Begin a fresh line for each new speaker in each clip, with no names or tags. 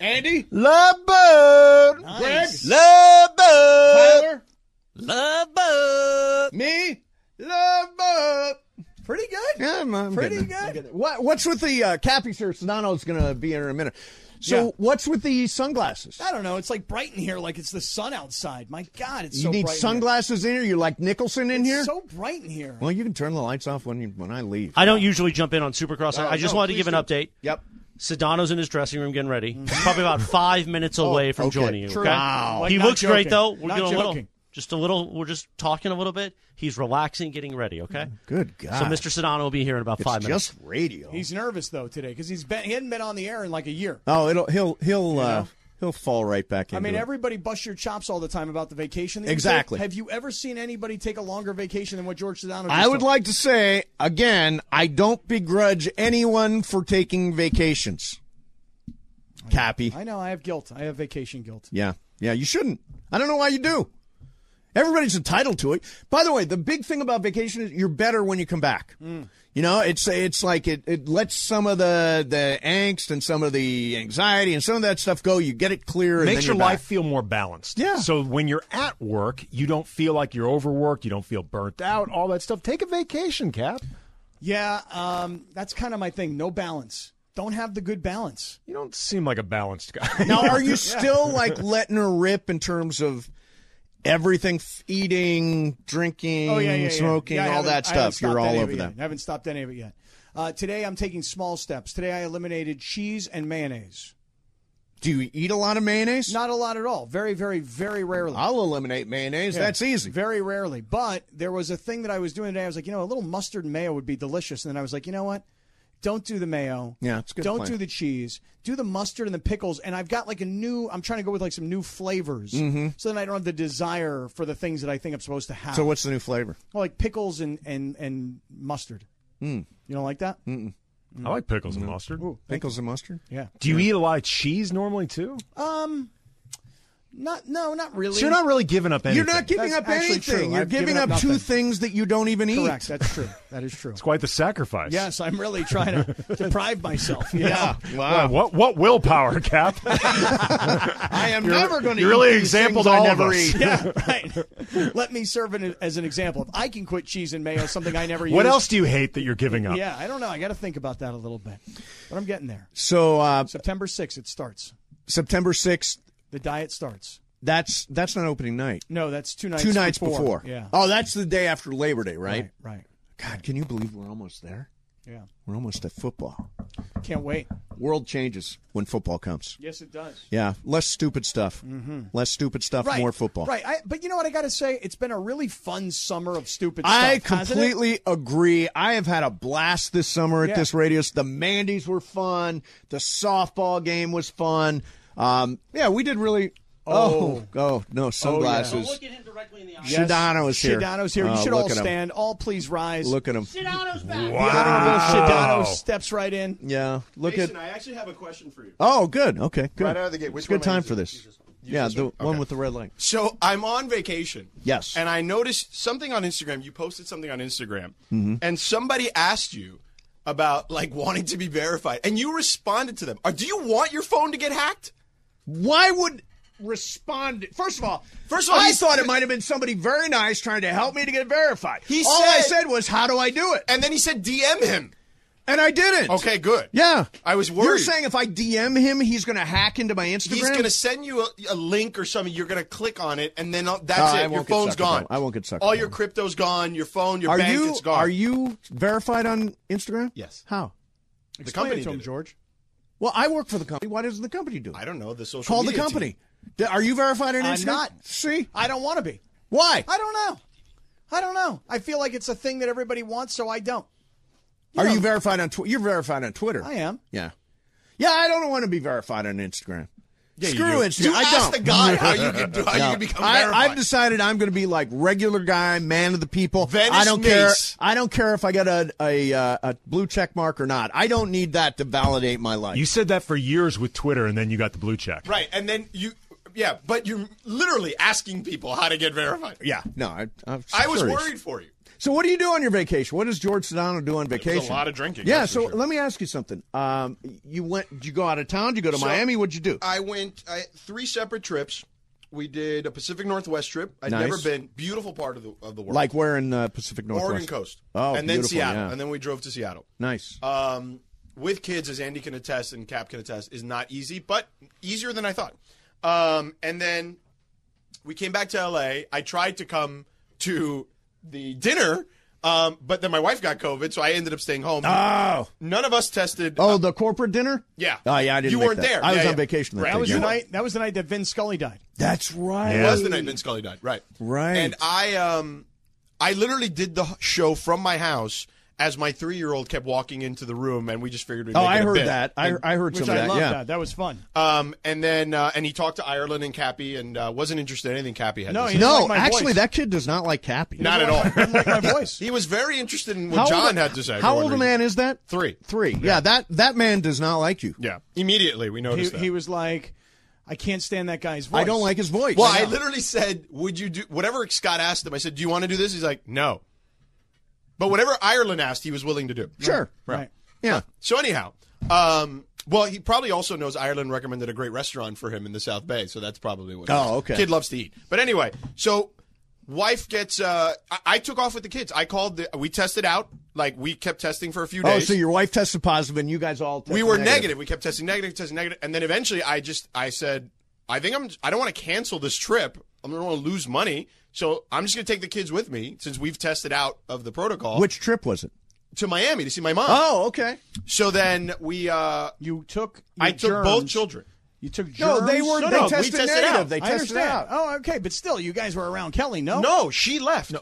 Randy,
Love boat.
Greg,
Love boat.
Tyler,
Love boat.
me, love boat.
Pretty good.
Yeah, I'm, I'm
Pretty
getting there.
good.
What, what's with the uh, cappy, sir? Sonano's going to be in here in a minute. So,
Yeah.
what's with the sunglasses?
I don't know. It's like bright in here, like it's the sun outside. My God, it's
You
so
need
bright in here.
sunglasses in here. You're like Nicholson in
It's
here.
So bright in here.
well, you can turn the lights off when you, when I leave.
I don't usually jump in on Supercross. I I just
no,
wanted to give
please
an
do.
update.
Yep. Mm-hmm.
Sedano's in his dressing room getting ready. He's probably about five minutes away from
Oh, okay.
joining you.
True.
okay?
Wow. Like,
he
not
looks great
joking.
though. We're
Not
doing a little,
joking.
just a little. We're just talking a little bit. He's relaxing, getting ready. Okay.
Good Oh God.
So Mr. Sedano will be here in about
It's
five minutes.
just radio.
He's nervous though today because he's been he hadn't been on the air in like a year.
oh, it'll he'll he'll uh,
know?
he'll fall right back into
I mean,
it.
everybody busts your chops all the time about the vacation. that you
Exactly.
take. Have you ever seen anybody take a longer vacation than what George Sedano? Just
I would
took?
like to say again, I don't begrudge anyone for taking vacations. Cappy.
I know I have guilt. I have vacation guilt.
Yeah. Yeah, you shouldn't. I don't know why you do. Everybody's entitled to it. By the way, the big thing about vacation is you're better when you come back.
Mm.
You know, it's it's like it, it lets some of the the angst and some of the anxiety and some of that stuff go. You get it clear. and then
makes your
you're back.
life feel more balanced.
Yeah.
So when you're at work, you don't feel like you're overworked. You don't feel burnt out. All that stuff. Take a vacation, Cap.
Yeah, um, that's kind of my thing. No balance. Don't have the good balance.
You don't seem like a balanced guy.
Now, are you still like letting her rip in terms of everything, f- eating, drinking, smoking,
Oh, Yeah, I
all
haven't-
that
I haven't
stuff? You're
stopped
all
any of
over
it
that.
yet. I haven't stopped any of it yet. Uh, today I'm taking small steps. Today I eliminated cheese and mayonnaise.
Do you eat a lot of mayonnaise?
Not a lot at all. Very, very, very rarely.
I'll eliminate mayonnaise. That's easy.
Very rarely. But there was a thing that I was doing today. I was like, you know, a little mustard and mayo would be delicious. And then I was like, you know what? Don't do the mayo.
Yeah, it's a good
Don't
plan.
do the cheese. Do the mustard and the pickles. And I've got like a new. I'm trying to go with like some new flavors, so then I don't have the desire for the things that I think I'm supposed to have.
Mm-hmm. So, what's the new flavor?
Well, like pickles and and and mustard? You don't like that?
I like pickles and mustard.
Pickles and mustard?
Yeah.
Do you eat a lot of cheese normally too?
Um, Not. No, not really.
So you're not really giving up anything.
You're not giving
That's
up
actually
anything.
true.
You're
I've
giving
given up
up, two
nothing.
things that you don't even eat.
correct. That's true. That is true.
It's quite the sacrifice.
Yes, I'm really trying to deprive myself. you know?
yeah.
Wow,
Wow.
what what willpower, Cap?
I am never going to
you
eat
really
these
exampled
things I
all of
never
us.
eat.
Yeah, right. Let me serve it as an example. If I can quit cheese and mayo, something I never use.
what else do you hate that you're giving up?
Yeah, I don't know. I got to think about that a little bit, but I'm getting there.
So, uh,
September 6th, it starts.
September 6th,
The diet starts.
that's, that's not opening night.
No, that's two nights.
Two nights
before.
before.
Yeah.
Oh, that's the day after Labor Day, right?
right. Right.
God, can you believe we're almost there?
Yeah.
We're almost at football.
Can't wait.
World changes when football comes.
Yes, it does. Mm-hmm.
Yeah, less stupid stuff. Less stupid stuff, more football.
Right. I, but you know what? I got to say, it's been a really fun summer of stupid
I
stuff. hasn't it?
completely agree. I have had a blast this summer at
Yeah.
this radio. The Mandy's were fun. The softball game was fun. Um, yeah, we did really. Oh, oh, no, sunglasses.
Look at him directly in the eye.
Yes.
Shadano is here.
Shadano's here. You
Oh,
should
look
all
at him.
stand. All please rise.
Look at him.
Sedano's back.
The Honorable Shadano steps right in.
Yeah, look
Jason,
at.
I actually have a question for you.
Oh, good. Okay, good.
Right out of the gate, which
it's a good
one am I
time for
using?
this. Yeah, the one with the red light.
So I'm on vacation.
Yes.
And I noticed something on Instagram. You posted something on Instagram,
Mm-hmm.
and somebody asked you about like wanting to be verified, and you responded to them. Are, do you want your phone to get hacked?
Why would respond? First of all,
First of all,
I
he-
thought it might have been somebody very nice trying to help me to get verified.
He
all I
said-
said was, "How do I do it?"
And then he said, DM him.
And I didn't.
Okay, good.
Yeah,
I was worried.
You're saying if I DM him, he's going to hack into my Instagram.
He's gonna send you a, a link or something. You're gonna click on it, and then uh,
Oh,
that's it.
I
Your
won't get
phone's
suckered
gone.
down. I won't get suckered
All
down.
your crypto's gone. Your phone, your
Are
bank,
you
it's gone.
are you verified on Instagram?
Yes.
How?
the
Explain
company?
it to him,
did it.
George.
Well, I work for the company. Why doesn't the company do it?
I don't know the social.
Call the
media team.
company. D- Are you verified on
I'm
Instagram?
not.
See
I don't want to be.
why?
I don't know. I don't know. I feel like it's a thing that everybody wants, so I don't.
Are you verified on Twitter? You're verified on Twitter.
I am.
Yeah. Yeah, I don't want to be verified on Instagram. Screw Instagram.
You
I
ask
don't.
the guy how you can do how
No.
you can become verified.
I, I've decided I'm going to be like regular guy, man of the people.
Venice
I don't
Mace.
care. I don't care if I get a a, uh, a blue check mark or not. I don't need that to validate my life.
You said that for years with Twitter, and then you got the blue check.
Right, and then you, yeah, but you're literally asking people how to get verified.
yeah, no, I, I'm
I was
serious.
worried for you.
So what do you do on your vacation? What does George Sedano do on vacation?
lot of drinking,
Yeah.
that's for
So
sure.
let me ask you something. Um, you went? Did you go out of town? Did you go to
So,
Miami? What'd you do?
I went I, three separate trips. We did a Pacific Northwest trip. I'd
Nice.
never been. Beautiful part of the of the world,
like where in the Pacific Northwest?
Oregon coast.
Oh,
and then
beautiful,
Seattle,
yeah.
and then we drove to Seattle.
Nice.
Um, with kids, as Andy can attest and Cap can attest, is not easy, but easier than I thought. Um, and then we came back to LA. I tried to come to the dinner, um, but then my wife got COVID, so I ended up staying home.
oh.
None of us tested.
Oh,
uh,
the corporate dinner?
Yeah.
Oh, yeah, I didn't
You
make
weren't
that.
there.
I was
Yeah,
on
yeah.
vacation that
Right.
That was
weekend.
the night. That was the night that Vin Scully died.
That's right.
It was the night Vince Scully died, right?
Right.
And I, um, I literally did the h- show from my house as my three-year-old kept walking into the room, and we just figured. We'd
Oh,
make
I
it a
heard
bit.
that. I, I heard
Which
some of
I
that.
love
yeah.
that. That was fun.
Um, and then uh, and he talked to Ireland and Cappy, and uh, wasn't interested in anything Cappy had. to
No, he
say.
didn't
No,
like my
actually,
voice.
that kid does not like Cappy.
not at all.
Didn't like my voice.
He was very interested in what
How old-
John had to say. for
How
one
old a
reason.
man is that?
Three.
Three. Yeah. that that man does not like you.
Yeah, immediately we
He,
noticed that.
he was like, I can't stand that guy's voice.
I don't like his voice.
well, I literally said, "Would you do whatever?" Scott asked him. I said, "Do you want to do this?" He's like, "No." But whatever Ireland asked, he was willing to do.
Sure.
Right.
Yeah.
So anyhow, um, well, he probably also knows Ireland recommended a great restaurant for him in the South Bay, so that's probably what. it
Oh,
is.
okay.
Kid loves to eat, but anyway, so wife gets. Uh, I-, I took off with the kids. I called. The- we tested out. Like we kept testing for a few
Oh,
days.
so your wife tested positive and you guys all tested
we were
negative.
negative. We kept testing negative, testing negative, and then eventually, I just I said, I think I'm. I don't want to cancel this trip. I don't want to lose money, so I'm just going to take the kids with me since we've tested out of the protocol
Which trip was it?
to Miami to see my mom.
Oh, okay.
So then we. Uh,
You took.
I
your
took both
germs-
children.
You took
No,
germs.
they were
No,
they
no, we
tested,
tested
negative.
out.
They
I
tested
understand.
out.
Oh, okay, but still, you guys were around Kelly. No,
No, she left.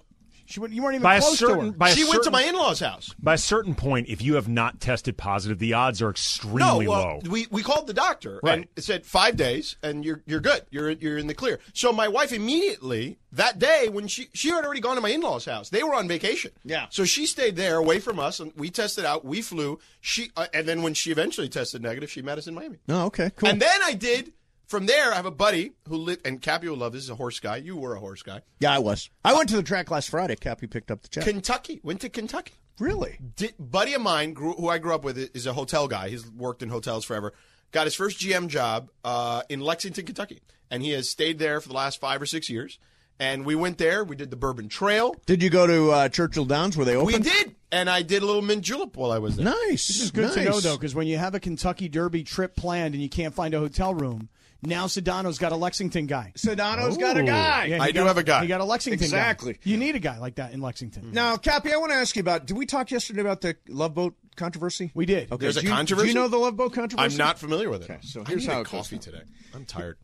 she wouldn't- you weren't even
By a
close
certain,
to her.
by a
she went to
certain-
my in-laws house.
By a certain point, if you have not tested positive, the odds are
No,
extremely
well,
low.
we we called the doctor and
Right.
it said five days, and you're you're good. You're you're in the clear. So my wife immediately that day when she she had already gone to my in-laws house. They were on vacation.
Yeah.
So she stayed there away from us, and we tested out. We flew. She uh, and then when she eventually tested negative, she met us in Miami.
No, okay, cool.
And then I did. From there, I have a buddy who lived, and Cappy will love this. Is a horse guy. You were a horse guy.
yeah, I was. I went to the track last Friday. Cappy picked up the check.
Kentucky went to Kentucky.
really?
Di- buddy of mine grew, who I grew up with is a hotel guy. He's worked in hotels forever. Got his first GM job uh, in Lexington, Kentucky, and he has stayed there for the last five or six years. And we went there. We did the Bourbon Trail.
Did you go to uh, Churchill Downs where they
We
opened?
did, and I did a little mint julep while I was there.
Nice.
This is good to know though, because when you have a Kentucky Derby trip planned and you can't find a hotel room, now Sedano's got a Lexington guy.
Sedano's got a guy.
Yeah, he
I do
got-
have a guy.
He got a Lexington guy.
Exactly.
You need a guy like that in
Mm.
Lexington.
Now, Cappy, I want to ask you about. Did we talk yesterday about the Love Boat controversy?
We did.
Okay.
There's a
do you,
controversy?
Do you know the Love Boat controversy?
I'm not familiar with it.
so
I
here's
need
how
a
it goes
coffee
now.
today. I'm tired.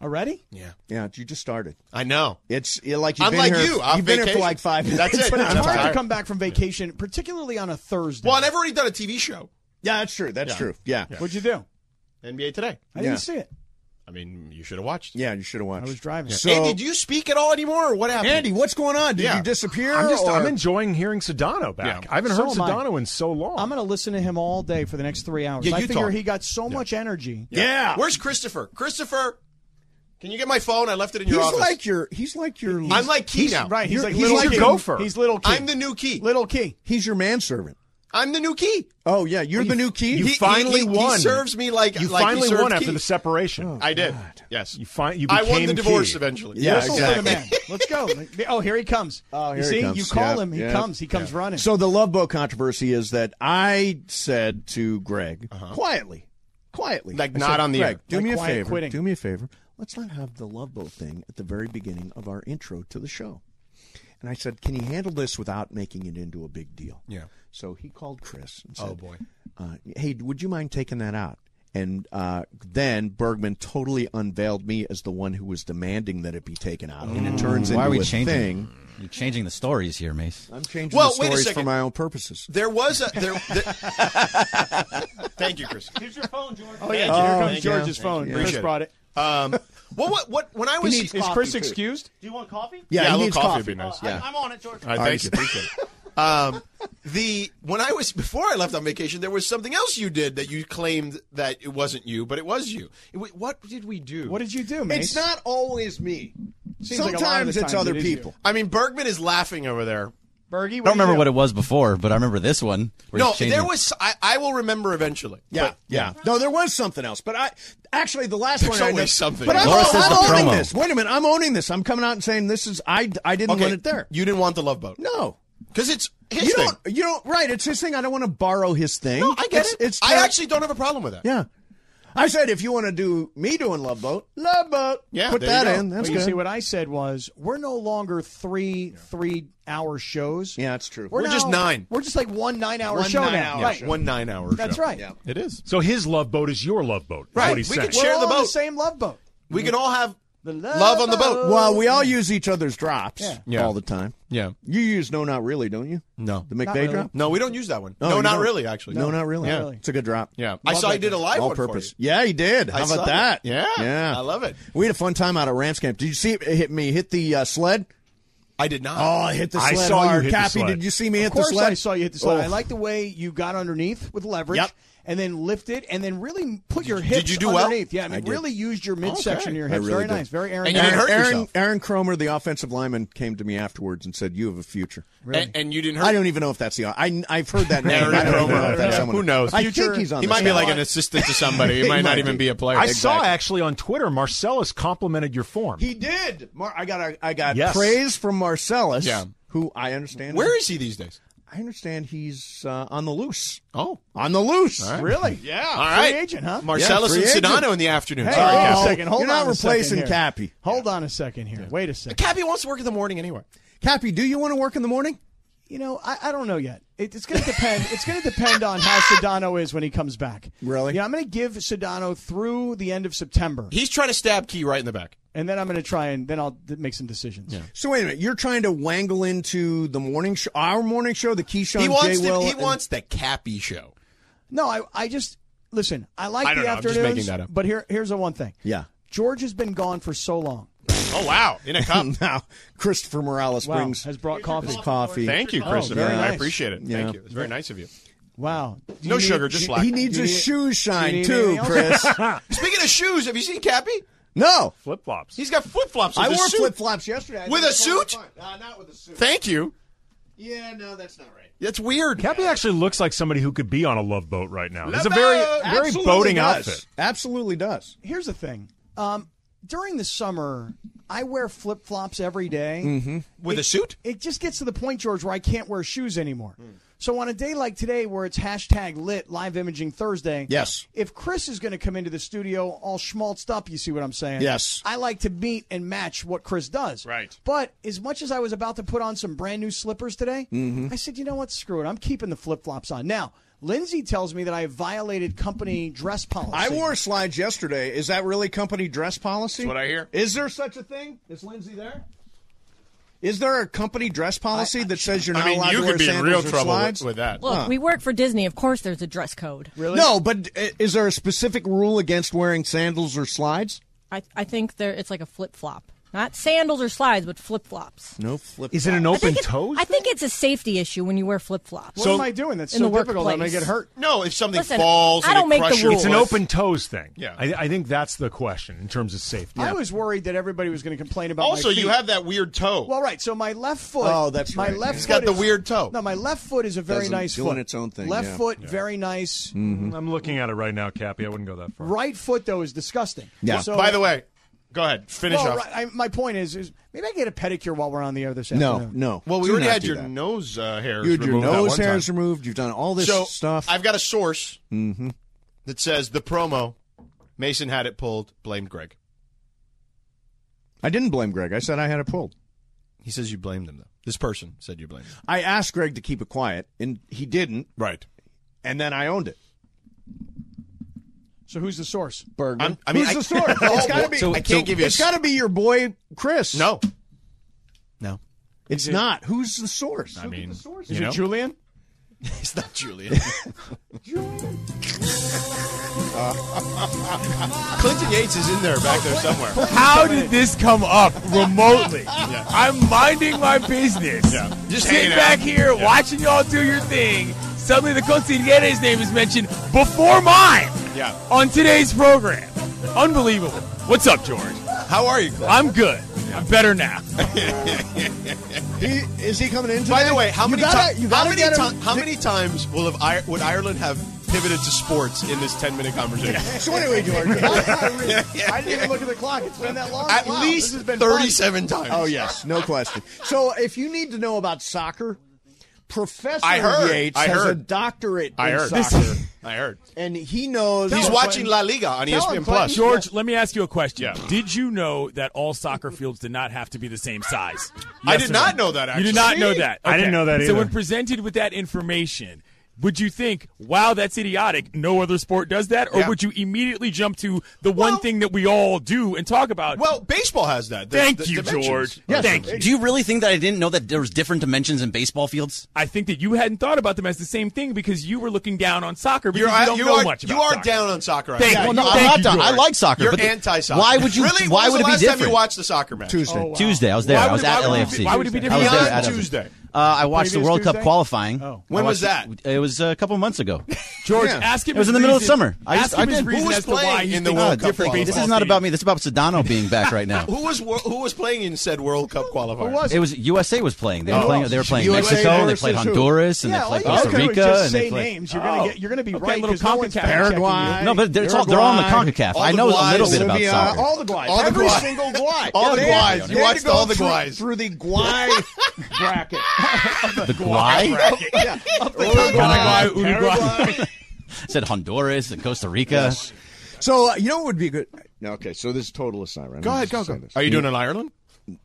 Already?
Yeah,
Yeah, you just started.
I know.
It's yeah, like you've
I'm
been
like
here.
you, off
have been here for
vacation.
like five minutes.
That's it.
and I'm
That's
It's hard
tired.
to come back from vacation, particularly on a Thursday.
Well, I've already done a TV show,
Yeah, that's true. That's true. Yeah. yeah.
What'd you do?
NBA Today.
I
Yeah.
didn't see it.
I mean, you should have watched.
you should have watched.
I was driving.
So,
Andy, do you speak at all anymore, or what happened?
Andy, what's going on? Did
Yeah.
you disappear?
I'm just
or-
I'm enjoying hearing Sedano back.
Yeah.
I haven't
So
heard
am I.
Sedano in so long.
I'm going to listen to him all day for the next three hours.
Yeah,
I
you
figure
talk.
he got so much energy.
yeah.
Where's Christopher? Christopher, can you get my phone? I left it in your
he's
office.
like your. He's like your.
I'm like Key now.
Right. He's
You're-
like
he's
little
like
key.
your
gopher.
He's little key.
I'm the new key.
little key.
He's your manservant.
I'm the new key.
Oh yeah, you're the new key.
you
He-
finally
he- he
won.
serves me like-
you
like he
finally
served
won after
Keith.
the separation.
I did. Yes.
You find you
I
became
won the divorce
Keith.
eventually.
Oh, Yeah,
Whistle for the man. Let's go. Like, Oh, here he comes.
Oh, here
you
he
see,
comes.
you call
Yep,
him, he
yep,
comes. He comes running.
So the love boat controversy is that I said to Greg quietly, quietly,
Like
I
not
said,
on the
Greg,
air.
Do
Uh-huh. Like
me a
quiet
favor.
quitting.
Do me a favor. Let's not have the love boat thing at the very beginning of our intro to the show. And I said, "Can you handle this without making it into a big deal?"
Yeah.
So he called Chris and said,
Oh, boy.
uh, hey, would you mind taking that out?" And uh, then Bergman totally unveiled me as the one who was demanding that it be taken out, and it turns
Mm, Why
into
are we
a
changing?
thing.
You're changing the stories here, Mace.
I'm changing
Well,
the
wait a
stories for
second.
my own purposes.
There was a there. there thank you, Chris.
Here's your phone, George.
oh, yeah.
Oh,
here comes
thank
George's
you.
phone.
Thank you.
Chris
Appreciate it.
brought it.
Um, well, what what when I was
needs
Is
Coffee,
Chris
too.
excused?
Do you want coffee?
Yeah,
Yeah, a
he
little
needs
coffee
coffee.
would be nice.
Yeah.
I'm on it, George.
All right, thanks. Appreciate it. Um, the when I was before I left on vacation, there was something else you did that you claimed that it wasn't you, but it was you. It wa- what did we do?
What did you do, Mace?
It's not always me.
Seems like a lot of the
Sometimes it's
times
other
it is you.
people.
I mean, Bergman is laughing over there.
I
Bergie,
don't remember what it was before, but I remember this one. where
No,
he's changing-
there was. I, I will remember eventually.
Yeah, yeah. No, there was something else, but I actually the last
There's
one. I
always
know-
something.
But I'm,
Laura
I'm
says the
owning
promo.
this. Wait a minute, I'm owning this. I'm coming out and saying this is I. I didn't
Okay,
want it there.
You didn't want the love boat.
no,
because it's his
you
thing.
don't. You don't. Right? It's his thing. I don't want to borrow his thing.
No, I get
it's,
it.
It's
I
ter-
actually don't have a problem with that.
Yeah. I said if you want to do me doing Love Boat, Love Boat.
Yeah,
put
there you
that
go.
in. That's
But you
good.
see, what I said was, we're no longer three three-hour shows.
yeah, it's true.
We're just
now-
nine.
We're just like one nine-hour
One
show now.
nine-hour
Right.
show.
One nine hour.
That's
show.
right.
Yeah.
It is. So his love boat is your love boat. is
Right.
What he's
We
saying.
could
We're
Share
all
the
on the
boat.
same love boat.
We can all have
The
love,
love
on the boat.
boat.
well, we all use each other's drops
Yeah.
all the time.
Yeah.
You use No Not Really, don't you?
No.
The McVeigh
really.
drop?
No, we don't use that one. no,
you
not
don't?
really. Actually,
No, Not Really.
Yeah.
It's a good drop.
Yeah, I saw you did a live
All
one
purpose.
For you.
Yeah, he did.
I
How
saw
about that?
Yeah,
Yeah.
I love it.
We had a fun time out at Rams Camp. Did you see it hit me hit the uh, sled?
I did not.
Oh, I hit the
I
sled
saw you
hard.
hit the
Cappy,
sled.
did you see me
Of
hit the
course,
sled?
I saw you hit the sled.
Oh.
I like the way you got underneath with leverage,
Yep.
and then lifted, and then really put your
did
hips
you do well?
underneath. Yeah, I mean,
did.
really used your midsection,
Okay.
and your
I
hips.
really
very
did.
nice, very Aaron.
And you
Aaron,
didn't hurt
Aaron,
yourself.
Aaron Cromer, the offensive lineman, came to me afterwards and said, "You have a future."
and, and you didn't hurt.
I don't even know if that's the. I I've heard that name.
Aaron
I don't
Cromer.
know if that's
Yeah.
someone.
Who knows?
I
Future-
think he's on.
he
the
might be
squad.
like an assistant to somebody. He might not
might
even
be.
be a player.
I saw actually on Twitter Marcellus complimented your form.
He did. Mar- I got a, I got
Yes.
praise from Marcellus,
Yeah.
who I understand.
Where is he these days?
I understand he's uh, on the loose.
Oh,
On the loose.
Really?
yeah. All right.
Free agent, huh?
Marcellus
Yeah, free
and
agent.
Sedano in the afternoon.
Hey, oh,
Sorry,
wait
Cap.
Cap.
a second. Hold
You're
on.
not
a second
replacing
here.
Cappy.
Hold on a second here. Wait a second.
Cappy wants to work in the morning anyway.
Cappy, do you want to work in the morning?
You know, I, I don't know yet. It, it's going to depend. it's going to depend on how Sedano is when he comes back.
Really?
Yeah, I'm going to give Sedano through the end of September,
He's trying to stab Key right in the back.
and then I'm going to try and then I'll d- make some decisions.
So wait a minute. You're trying to wangle into the morning show, our morning show, the Keyshawn
He wants.
J. Will.
The, he
and-
wants the Cappy show.
No, I I just listen. I like
I don't
the
know. I'm just
afternoons,
making that up.
but here here's the one thing.
Yeah.
George has been gone for so long.
Oh wow! In a cup.
Now, Christopher Morales
Wow,
brings
has brought
his
coffee.
coffee.
Thank you, Chris.
Oh, very
I
nice.
appreciate it.
Yeah.
Thank you. It's very nice of you.
Wow. Do you
No
need-
sugar, just black.
He needs
Do you
his
need-
shoes shine
do you
too,
need anything
Chris.
Speaking of shoes, have you seen Cappy?
no,
Flip flops.
He's got flip flops.
I wore
suit.
flip flops yesterday. I
With
think
a
it's totally
suit?
fine. Uh, not with a suit.
Thank you.
Yeah, no, that's not right.
That's weird.
Cappy actually looks like somebody who could be on a love boat right now. It's a
Love
very
boat!
very
Absolutely
boating
does.
outfit.
Absolutely does.
Here's the thing. Um, during the summer, I wear flip flops every day.
Mm-hmm.
With a suit? Hmm.
It just gets to the point, George, where I can't wear shoes anymore. So on a day like today, where it's hashtag lit live imaging Thursday,
Yes.
If Chris is going to come into the studio all schmaltzed up, you see what I'm saying?
Yes.
I like to meet and match what Chris does.
Right.
But as much as I was about to put on some brand new slippers today,
Mm-hmm.
I said, you know what? Screw it. I'm keeping the flip flops on now. Lindsay tells me that I violated company dress policy.
I wore slides yesterday. Is that really company dress policy?
That's what I hear.
Is there such a thing? Is Lindsay there? Is there a company dress policy that says you're not
I mean,
allowed
you
to wear
could be in
sandals
real
or
trouble with,
slides?
with that.
Look, we work for Disney. Of course, there's a dress code.
really.
No, but uh, is there a specific rule against wearing sandals or slides?
I, I think there it's like a flip flop, not sandals or slides, but flip flops.
No flip.
Is it an open toes?
I think it's a safety issue when you wear flip flops.
What am I doing? That's
in
so
the
difficult. I'm going
workplace.
to get hurt.
No, if something
Listen,
falls,
I
and
don't
it
make the
crushes your
rules.
It's an
foot-
open toes thing.
Yeah.
I, I think that's the question in terms of safety.
I was worried that everybody was going to complain about. my
Also, you
feet.
have that weird toe.
Well, right. So my left foot.
Oh, that's
my
right.
left.
It's
foot
got the
is-
weird toe.
No, my left foot is a very
Doesn't-
nice
doing
foot.
its own thing,
Left
yeah.
foot, very nice.
Mm-hmm.
I'm looking at it right now, Cappy. I wouldn't go that far.
Right foot though is disgusting.
Yeah.
So,
By the way, go ahead. Finish
well,
off.
right, I, my point is, is maybe I get a pedicure while we're on the other side.
No, no.
Well, we
Do
already
not
had
do
your
that.
nose uh, hairs
You had your
removed that
nose
one
hairs
time.
removed. You've done all this
so
stuff. Mm-hmm.
I've got a source that says the promo. Mason had it pulled. Blamed Greg.
I didn't blame Greg. I said I had it pulled.
He says you blamed him though. This person said you blamed him.
I asked Greg to keep it quiet, and he didn't.
Right.
And then I owned it.
So who's the source?
Bergman.
I'm- I mean,
Who's
I-
the source? It's got to be.
So- I can't give you a
Oh, It's
s-
got to be your boy Chris.
No. No.
it's not. Who's the source?
I mean,
Is
you
it
know?
Julian?
it's not Julian. Clinton Yates is in there back there somewhere.
How did this come up remotely? I'm minding my business.
Yeah. Just
sitting
hanging out.
back here watching y'all do your thing. Suddenly, the Consigliere's name is mentioned before mine
Yeah.
on today's program. Unbelievable. What's up, George?
How are you, Clint?
I'm good. I'm better now.
He, is he coming in? Today?
By the way, how
You
many
gotta-
ti-
you
how
gotta
many
get him-
ti- how many times will have I- would Ireland have pivoted to sports in this ten minute conversation?
So anyway, George.
I didn't even look at the clock. It's been that long.
At
Wow,
least
this has been
thirty
fun.
seven times.
Oh yes, no question. So if you need to know about soccer, Professor
I heard.
Yates
I
has a
heard.
doctorate
I
in
heard.
soccer,
I heard.
and he knows.
He's
Tell him,
watching
Clinton.
La Liga on E
Tell him,
ESPN
Clinton.
Plus.
George, let me ask you a question.
Yeah.
Did you know that all soccer fields did not have to be the same size?
I
Yes
did
or no?
not know that,
You
actually.
did not know
See?
that.
I didn't
Okay.
know that either.
So when presented with that information, would you think, "Wow, that's idiotic. No other sport does that," or
Yeah.
would you immediately jump to the
Well-
one thing that we all do and talk about?
Well, baseball has that. The-
thank
the
you,
dimensions.
George.
Yes.
Thank you.
Do you really think that I didn't know that there was different dimensions in baseball fields?
I think that you hadn't thought about them as the same thing because you were looking down on soccer because
You're,
you don't
you
know
are,
much about
you are
soccer.
down on soccer. I
Thank
think.
you.
Yeah,
Well,
you
no,
are.
I'm
not
you,
done. I
George.
like soccer.
You're
but the-
anti-soccer.
Why would you?
Really? When
Why
was
would
the
it be
last
different?
Time you watched the soccer match
Oh,
Tuesday.
Tuesday. I was there.
Why
I
would
was
it-
at
why would it
LAFC.
be- Oh, why would it Oh.
I
be
was
different?
there
Beyond
at LAFC.
Tuesday.
Uh, I watched the
Previous
World Cup
Tuesday?
qualifying.
When
I
was
watched it- It was uh, a couple months ago.
George,
Yeah.
ask him.
It was
his
in the middle of
reason-
summer. I
ask
just- I
him his
did.
reason
Who was
as to why
playing
he
in the
thinks
World
it's
Cup
different
qualifier?
This
baseball
is not about
teams.
me. This is about Sedano being back right now.
Who was wor- who was playing in said World Cup qualifier?
Who was
It was USA was playing. They were
Oh.
playing. They were playing
USA
Mexico. They
versus
played
who?
Honduras and
yeah,
they
all
played
you
Costa
gotta do is
Rica.
Just
and
say
they played,
names. You're gonna
Oh.
get. You're gonna be
Okay,
right.
little
'cause no one's
Concacaf.
fact-checking you.
Paraguay.
No, but they're, it's all, they're all in the
Uruguay,
CONCACAF.
all
I
the
know a little
Guays,
bit about
Bolivia,
soccer.
all the guys,
All the
every
Guays.
single guy,
All the
They had-
Guys.
they
You
had
watched
to go
all the
through-
Guys.
through the guy bracket.
Oh, the Guay?
Yeah,
Uruguay, Uruguay.
said Honduras and Costa Rica.
So uh, you know what would be good? No, okay, so this is total aside. right?
Go
I'm
ahead, go
just
go.
saying this.
Are you doing in Ireland?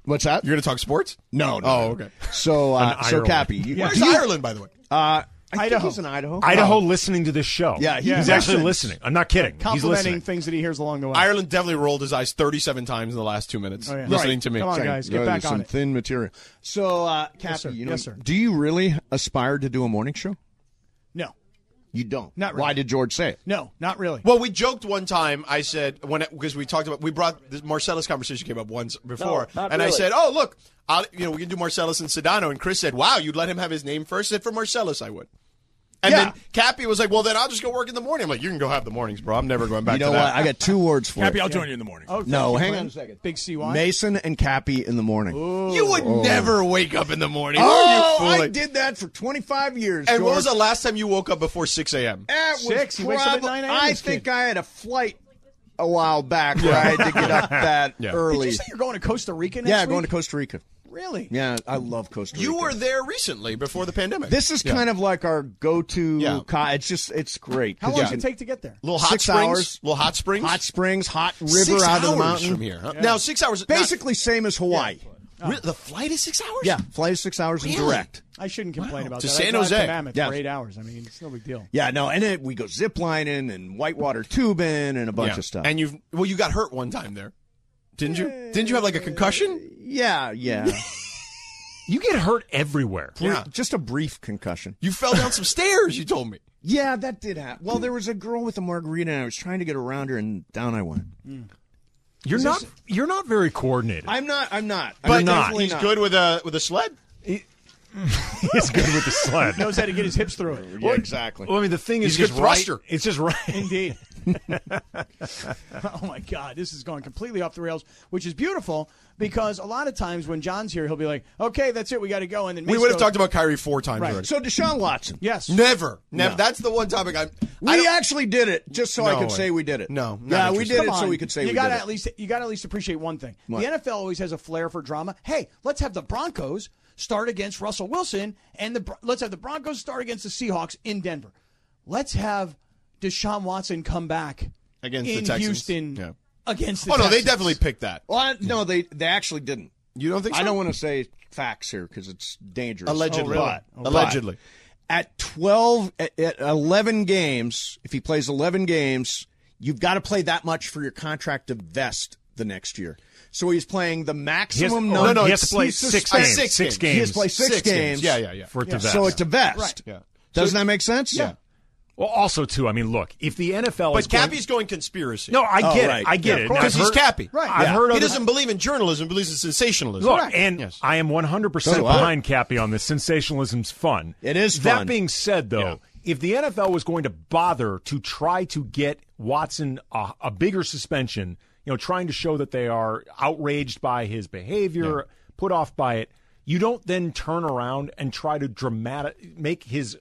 What's that?
You're going to talk sports?
no, no.
Oh,
no.
okay.
So, uh,
An
so
Ireland.
Cappy, you,
Where's
do you-
Ireland, by the way? Oh.
Uh, I think
Idaho.
he's in Idaho.
Idaho listening to this show.
Yeah, he-
he's
yeah.
actually listening. I'm not kidding. He's
Complimenting
listening.
things that he hears along the way.
Ireland definitely rolled his eyes 37 times in the last two minutes
Oh, yeah.
listening
Right.
to me.
Come on, guys, get
Oh,
back
there's
on
some
it.
thin material. So, uh, Cappy,
sir.
you know,
Yes, sir.
do you really aspire to do a morning show?
No,
You don't.
Not
Why
really.
did George say it?
no, not really.
Well, we joked one time. I said when because we talked about we brought this Marcellus conversation came up once before,
not
and I
really.
said, "Oh, look, I'll, you know, we can do Marcellus and Sedano." And Chris said, "Wow, you'd let him have his name first? I said, "For Marcellus, I would." And
Yeah.
then Cappy was like, "Well, then I'll just go work in the morning." I'm like, "You can go have the mornings, bro. I'm never going back
You know
to
what?
that."
I got two words for
Happy,
it.
I'll join you in the morning.
Oh, thank
No,
you,
hang
Glenn.
on a second.
Big CY.
Mason and Cappy in the morning.
you would never wake up in the morning.
Oh,
Are you
I
fooling?
did that for 25 years.
And what
George.
was the last time you woke up before 6 a.m.?
That was
Six. He wakes up at
probably-
9 a.m.,
I
this
think
kid.
I had a flight a while back where I had to get up that
Did
early.
you say you're going to Costa Rica next
yeah,
week?
going to Costa Rica.
Really?
Yeah, I love Costa Rica.
You were there recently before the pandemic.
This is kind of like our go-to.
Yeah.
co- it's just it's great.
How
'cause
long
you
does it
can-
take to get there?
little hot
six
springs,
hours.
little hot springs,
Hot springs, hot river
Six
out of
hours
the mountain
from here. huh? Now six hours. not-
Basically, same as Hawaii.
Re- the flight is six hours.
Yeah, flight is six hours and
Really?
direct.
I shouldn't complain about
To
that. I
San
drive
Jose.
To Mammoth
Yes.
for eight hours. I mean, it's no big deal.
Yeah, no, and then we go ziplining and whitewater tubing and a bunch
Yeah.
of stuff.
And you've well, you got hurt one time there, didn't you? Didn't you have like a concussion?
yeah, yeah,
You get hurt everywhere.
Bri- just a brief concussion.
You fell down some stairs. You told me.
Yeah, that did happen. Well, there was a girl with a margarita, and I was trying to get around her, and down I went.
You're not. You're not very coordinated.
Hmm. I'm not. I'm not.
But
I'm
not.
definitely
He's good with a with a sled.
He's good with the sled.
Knows how to get his hips through it.
Yeah, exactly.
Well, I mean, the thing is
He's a good
just right-
thruster.
It's just right.
Indeed. oh my God, this has gone completely off the rails, which is beautiful because a lot of times when John's here, he'll be like, "Okay, that's it, we got to go." And then
We
Mace
would have
goes,
talked about Kyrie four times
Right.
already.
So Deshaun Watson.
Yes.
Never, never. That's the one topic I'm. I
We
don't-
actually did it, just so I
No
could
way.
say we did it.
Oh,
No, not
yeah, we
interested.
did
Come
it so
on.
we could say
you
we
gotta
did
at
it.
least you got to at least appreciate one thing. The NFL always has a flair for drama. Hey, let's have the Broncos start against Russell Wilson, and the Bro- let's have the Broncos start against the Seahawks in Denver. Let's have Deshaun Watson come back
Against the
in
Texans.
Houston
Yeah.
against. The
Oh no, they
Texans.
definitely picked that.
Well, I- no, they they actually didn't.
You don't think? So?
I don't want to say facts here because it's dangerous.
Allegedly.
But-
Oh, really? Allegedly.
but at twelve, at, at eleven games, if he plays eleven games, you've got to play that much for your contract to vest the next year. So he's playing the
He has,
maximum
no,
number.
no, he has to
he's
play
sus-
six
uh,
games.
six
Six
games.
games.
He has to play six,
Six games.
games.
Yeah, yeah, yeah.
for it to vest.
So it's a vest.
Yeah.
Doesn't that make sense? Yeah.
Well, also too. I mean, look. If the NFL is
But
going-
Cappy's going conspiracy.
no, I
Oh,
get
right.
it. I get
Yeah,
it.
of
And
because
I've
he's
heard-
Cappy.
I've heard
He
other-
doesn't believe in journalism. Believes in sensationalism.
Look,
Right.
and
Yes.
I am 100%
So do I.
behind Cappy on this. Sensationalism's fun.
It is fun.
That being said, though, if the NFL was going to bother to try to get Watson a, a bigger suspension, you know, trying to show that they are outraged by his behavior, put off by it. You don't then turn around and try to dramatic make his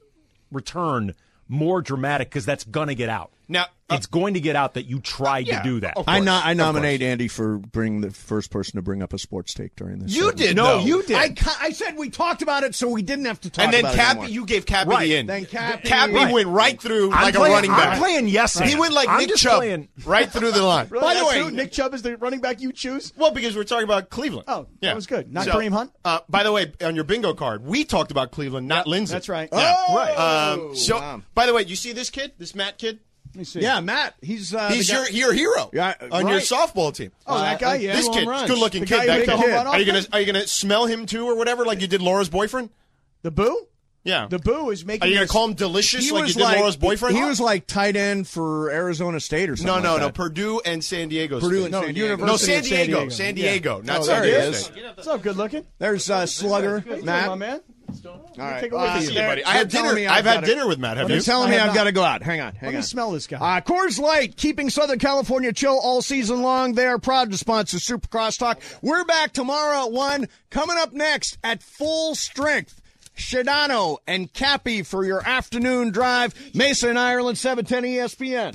return more dramatic because that's gonna get out.
Now, uh,
it's going to get out that you tried
yeah,
to do that.
of
I,
course,
no- I
of
nominate Andy for bringing the first person to bring up a sports take during this.
You
segment.
did,
No,
though.
you did.
I, ca- I said we talked about it, so we didn't have to talk.
And then
about it
Cappy,
anymore.
you gave Cappy
Right.
the in.
Then Cappy-
Cappy
Right.
went right through
I'm
like
playing-
a running
I'm
back.
playing yes
He
and.
went like
I'm
Nick
just
Chubb
playing-
right through the line.
By the way, Nick Chubb is the running back you choose.
Well, because we're talking about Cleveland.
Oh, that was good. Not Kareem Hunt?
Uh, by the way, on your bingo card, we talked about Cleveland, not Lindsay.
that's right.
Yeah.
Oh, right.
Um, so,
wow. Uh,
by the way, you see this kid, this Matt kid?
Let me see.
yeah, Matt. He's uh,
He's
the guy-
your your hero
Yeah,
on your
right.
softball team. Uh,
Oh, that guy, yeah.
This
Two
kid,
home runs.
good looking
The
kid.
guy who
That
hit the
guy.
home run
Are you gonna
offense?
are you gonna smell him too or whatever like you did Laura's boyfriend?
The boo?
Yeah.
The boo is making
Are you gonna
this-
call him delicious
He
like you
was
did Laura's boyfriend?
He was like tight end for Arizona State or
no,
something.
no,
like
no.
that.
Purdue and San Diego.
Purdue
State.
and
no,
San Diego.
no,
University
San
of San
Diego,
Diego.
San Diego, not
Oh,
San
there he
Diego.
is.
State.
What's up, good looking?
There's uh, Slugger,
How you doing,
Matt.
my man?
All right.
Take a look at
Uh,
you.
See you, buddy. I
they're
had dinner.
telling me I've
I've had
gotta-
dinner with Matt. Have
They're
you?
telling me
I have
I've
not.
got to go out. Hang on. Hang on.
Let me smell this guy.
Uh, Coors Light, keeping Southern California chill all season long. They are proud to sponsor Super Crosstalk. We're back tomorrow at 1. Coming up next at full strength, Shadano and Cappy for your afternoon drive. Mesa in Ireland, E 710 ESPN.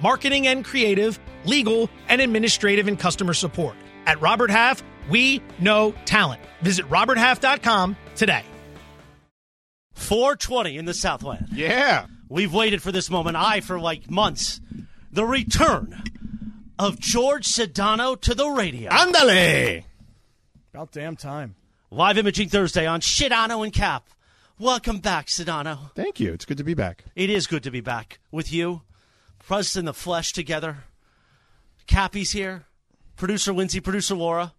marketing and creative, legal, and administrative and customer support. At Robert Half, we know talent. Visit roberthalf.com today.
420 in the Southland.
Yeah.
We've waited for this moment, I for like months. The return of George Sedano to the radio.
Andale.
About damn time.
Live Imaging Thursday on Sedano and Cap. Welcome back, Sedano.
Thank you. It's good to be back.
It is good to be back with you, present in the flesh together. Cappy's here, producer Lindsay, producer Laura.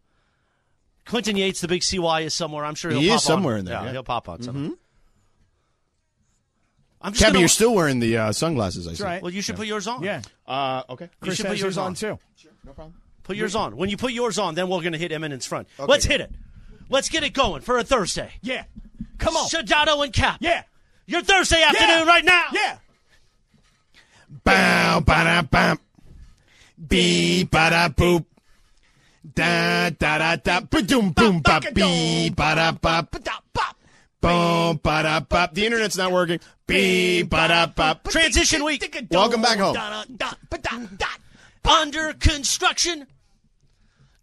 Clinton Yates, the big CY, is somewhere. I'm sure he'll
He
pop
is somewhere
on.
in there, yeah.
he'll pop on somewhere. I'm just
Cabby,
gonna-
you're still wearing the uh, sunglasses. I see.
Right.
Well, you should put yours on.
Yeah.
Uh, okay.
Chris
should put
has
yours
his on,
on.
too.
Put yours on. When you put yours on, then we're going to hit Eminence front. Let's hit it. Let's get it going for a Thursday.
Yeah. Come on.
Shadano and Cap.
yeah.
Your Thursday afternoon right now.
Yeah.
Bow, ba da bam. Bee, ba da boop. Da, da, da, da. Ba-doom, boom, ba, bee, ba da ba. Boom, ba da ba. The internet's not working. Bee, ba da ba.
Transition week.
Welcome back home.
Under construction.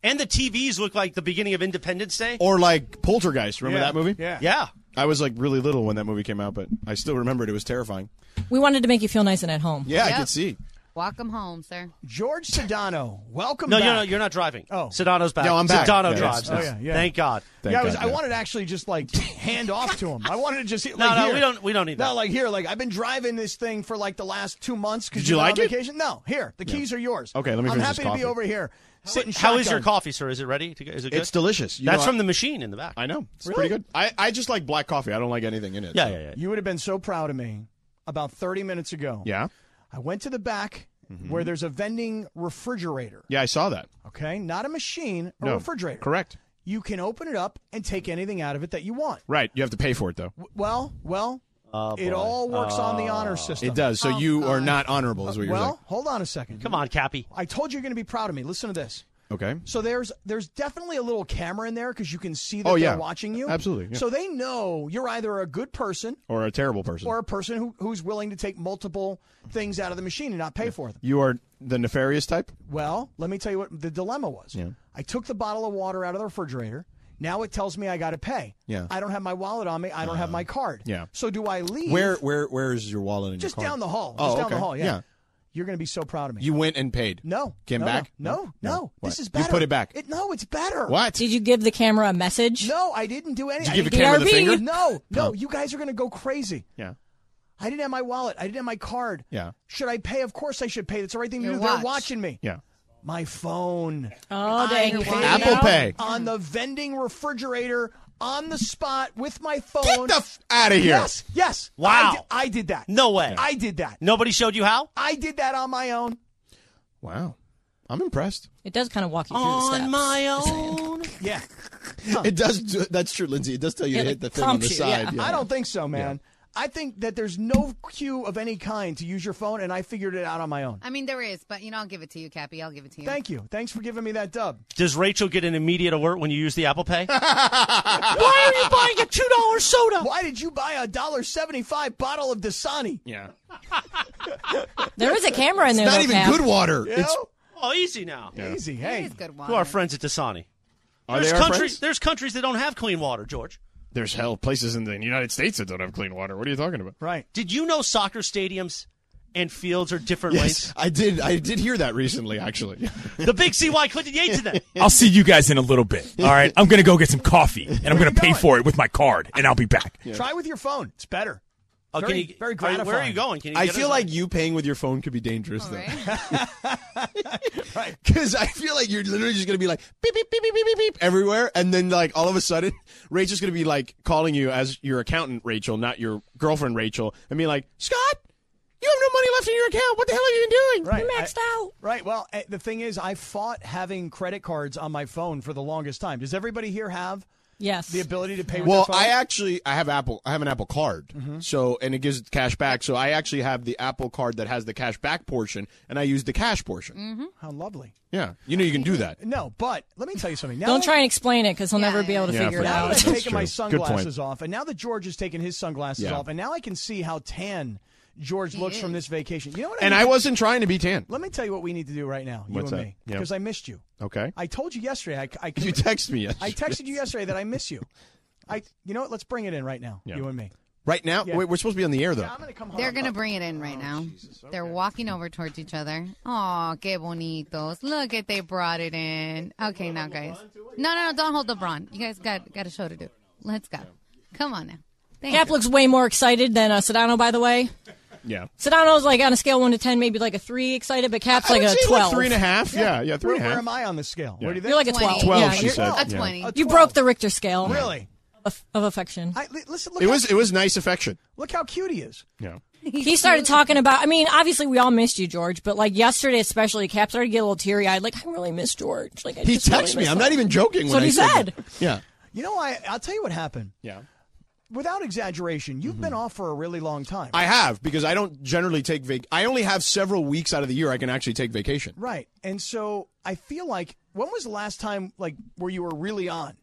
And the TVs look like the beginning of Independence Day.
Or like Poltergeist. Remember
Yeah.
that movie?
Yeah.
Yeah.
I was like really little when that movie came out, but I still remembered it was terrifying.
We wanted to make you feel nice and at home.
Yeah, I
Yep.
could see.
Walk them home, sir.
George Sedano, welcome
No,
back.
you're not, you're not driving.
Oh.
Sedano's back.
No, I'm back.
Sedano
Yeah,
drives.
it's-
now.
oh, yeah, yeah.
Thank God.
Thank
yeah, I, was,
God,
I wanted to actually just like hand off to him. I wanted to just like,
No, no,
here.
we don't- we don't need
No,
that.
like here, like I've been driving this thing for like the last two months. Did
you like
on
it?
Vacation. No, here the keys are yours.
Okay, let me
I'm
finish this
happy to
coffee.
be over here sitting.
How is your
shotgun.
coffee, sir? Is it ready? To go? Is it good?
It's delicious. You
That's
know,
from
I-
the machine in the back.
I know. It's
Really?
pretty good. I, I just like black coffee. I don't like anything in it.
Yeah,
so.
yeah, yeah.
You would have been so proud of me about 30 minutes ago.
Yeah.
I went to the back where there's a vending refrigerator.
Yeah, I saw that.
Okay, not a machine, a
No.
refrigerator.
Correct.
You can open it up and take anything out of it that you want.
Right. You have to pay for it though.
W- Well, well,
Uh,
it all works on
Oh.
the honor system.
It does. So you are not honorable, is what you're
Well, hold on a second.
Come on, Cappy.
I told you you're going to be proud of me. Listen to this.
saying. Okay.
So there's there's definitely a little camera in there because you can see that
Oh,
they're
yeah.
watching you.
Absolutely, yeah.
So they know you're either a good person
Or a terrible person.
or a person who, who's willing to take multiple things out of the machine and not pay for them.
you are the nefarious type.
Well, let me tell you what the dilemma was. I took the bottle of water out of the refrigerator, Now it tells me I got to pay.
Yeah. Uh,
I don't have my wallet on me. I don't have my card.
yeah.
So do I leave?
Where where where is your wallet? And
Just
your card?
down the hall.
Oh,
Just down
okay.
the hall. Yeah. You're going to be so proud of me.
You went and paid.
No.
Came
no,
back.
No. No. no.
What?
This is better.
You put it back.
no, it's better.
What?
Did you give the camera a message?
No, I didn't do anything.
Did you give the camera the finger?
No. No.
Oh.
You guys are going to go crazy.
Yeah.
I didn't have my wallet. I didn't have my card.
Yeah.
Should I pay? Of course I should pay. That's the right thing
Your
to do.
watch.
They're watching me.
Yeah.
My phone.
Oh,
I
dang. You
paid
figured it
Apple
out?
Pay.
On the vending refrigerator, on the spot, with my phone. Get the f-
outta here.
Yes, yes.
Wow.
I di- I did that.
No way.
I did that.
Nobody showed you how?
I did that on my own.
Wow. I'm impressed.
It does kind of walk you through the steps.
On my own.
Yeah.
It does. do- That's true, Lindsay. It does tell you
It
to hit the thing on
prompts
the
you,
side.
I don't think so, man. I think that there's no cue of any kind to use your phone, and I figured it out on my own.
I mean, there is, but you know, I'll give it to you, Cappy. I'll give it to you.
Thank you. Thanks for giving me that dub.
Does Rachel get an immediate alert when you use the Apple Pay? Why are you buying a two dollar soda?
Why did you buy a dollar seventy five bottle of Dasani?
Yeah.
Ah, There is a camera in there. though, Cap.
You know? oh, easy now.
Easy. Hey.
good
Who are friends at Dasani?
Are
there's
they our
countries.
friends?
There's countries that don't have clean water. George,
There's hell places in the United States that don't have clean water. What are you talking about?
Right.
did you know soccer stadiums and fields are different
Yes, I did. I did hear that recently, actually.
ways? The big CY Clinton Yates in that.
I'll see you guys in a little bit. All right. I'm going to go get some coffee and I'm going to pay for it with my card and I'll be back.
Try with your phone. It's better.
Oh,
very,
can you,
very
are you-
gratifying.
Where are you going? Can you
I
get
feel
us-
like you paying with your phone could be dangerous, though. Because I feel like you're literally just going to be like beep, beep, beep, beep, beep, beep, beep everywhere. And then, like, all of a sudden, Rachel's going to be like calling you as your accountant, Rachel, not your girlfriend, Rachel, and be like, Scott, you have no money left in your account. What the hell are you doing?
Right.
Maxed out.
Right. Well, eh, the thing is, I fought having credit cards on my phone for the longest time. Does everybody here have
Yes.
the ability to pay with
Well,
their phone?
I actually I have Apple. I have an Apple card.
Mm-hmm.
So and it gives cash back. So I actually have the Apple card that has the cash back portion, and I use the cash portion.
Mm-hmm.
How lovely.
Yeah, you know you can do that.
No, but let me tell you something. Now
Don't
that-
try and explain it because he'll never be able to
yeah.
figure it
Yeah,
Now
out.
that I've
That's
taken my
true. Good point.
sunglasses off, and now that George has taken his sunglasses
Yeah.
off, and now I can see how tan George looks from this vacation. You know what?
And
I,
I
need-
wasn't trying to be tan.
Let me tell you what we need to do right now, you
What's
and
that?
me,
Yeah.
because I missed you.
Okay.
I told you yesterday. I, I
You text me yesterday.
I texted you yesterday that I miss you. I, you know what? Let's bring it in right now,
Yeah.
you and me.
Right now,
Yeah.
Wait, we're supposed to be on the air though.
I'm gonna come home.
They're gonna bring it in right now. They're walking over towards each other. Oh, que bonitos! Look at they brought it in. Okay, now guys, no, no, no, don't hold the brawn. You guys got got a show to do. Let's go. Come on now. Thank
Cap
you.
looks way more excited than uh, Sedano, by the way.
yeah.
Sedano's like on a scale of 1 to 10, maybe like a 3 excited, but Cap's
I
like
would
a
say,
12.
three and a half. Yeah, yeah, three
Where,
and a
where
half.
am I on the scale? What do you think?
You're like a
20.
12.
12,
yeah,
she
you're-
said.
A
Yeah.
twenty.
You broke the Richter scale.
Really?
Of, of affection.
I, li- listen, look.
It
how,
was it was nice affection.
Look how cute he is.
Yeah.
He started talking about, I mean, obviously we all missed you, George, but like yesterday especially, Cap started to get a little teary eyed. Like, I really miss George. Like, I
He
just really
texted me.
miss
I'm
him.
not even joking
That's
when
what
I
he said.
that. Yeah.
You know, I I'll tell you what happened.
Yeah. Mm-hmm.
Without exaggeration, you've been off for a really long time.
I have because I don't generally take vac. I only have several weeks out of the year I can actually take vacation.
Right. And so I feel like when was the last time like where you were really on?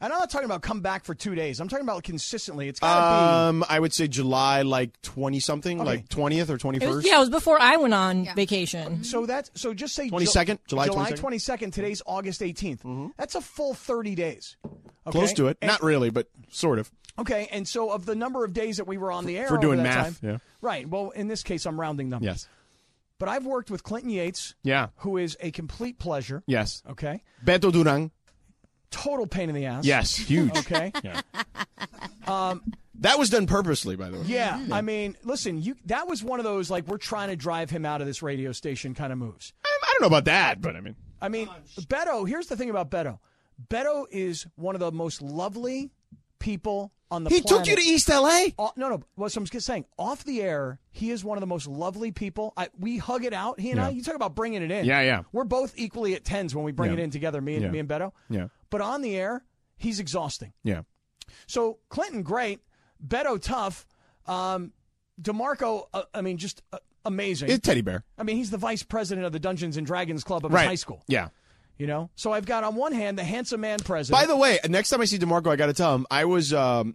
And I'm not talking about come back for two days. I'm talking about consistently. It's gotta
Um, I would say July like twenty something,
Okay.
like twentieth or twenty
It was-
first.
yeah, it was before I went on vacation.
be so that's so just say Ju-
22nd? July Mm-hmm. 22nd?
twenty second. Today's August 18th That's a full thirty days. Okay? Eh.
Close to it.
And-
Not really, but sort of.
okay, and so of the number of days that we were on the air,
For
over
doing
that
math,
time-
yeah.
Right. Well, in this case, I'm rounding numbers.
Yes.
But I've worked with Clinton Yates,
Yeah.
who is a complete pleasure.
Yes.
Okay.
Beto Durang.
Total pain in the ass.
Yes. Huge.
Okay. Um,
That was done purposely, by the way.
Yeah, I mean, listen, you that was one of those like we're trying to drive him out of this radio station kind of moves.
I, I don't know about that, but I mean,
I mean, Beto, here's the thing about Beto. Beto is one of the most lovely people on the
he
planet.
took you to East LA.
Oh, no, no. What I'm just saying, off the air, he is one of the most lovely people. I, we hug it out. He and I. You talk about bringing it in.
Yeah, yeah.
We're both equally at tens when we bring
Yeah.
it in together. Me and
Yeah.
me and Beto.
Yeah.
But on the air, he's exhausting.
Yeah.
So Clinton, great. Beto, tough. Um, DeMarco, uh, I mean, just uh, amazing.
It's teddy bear.
I mean, he's the vice president of the Dungeons and Dragons Club of his
Right.
high school.
Yeah.
You know? So I've got, on one hand, the handsome man president.
By the way, next time I see DeMarco, I got to tell him I was um,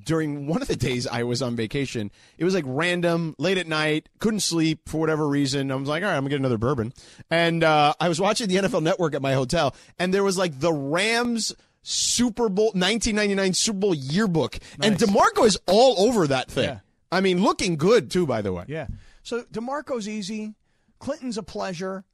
during one of the days I was on vacation. It was like random, late at night, couldn't sleep for whatever reason. I was like, all right, I'm gonna get another bourbon, and uh, I was watching the NFL Network at my hotel, and there was like the Rams Super Bowl 1999 Super Bowl yearbook, and DeMarco is all over that thing.
Yeah.
I mean, looking good too, by the way.
Yeah. So DeMarco's easy. Clinton's a pleasure.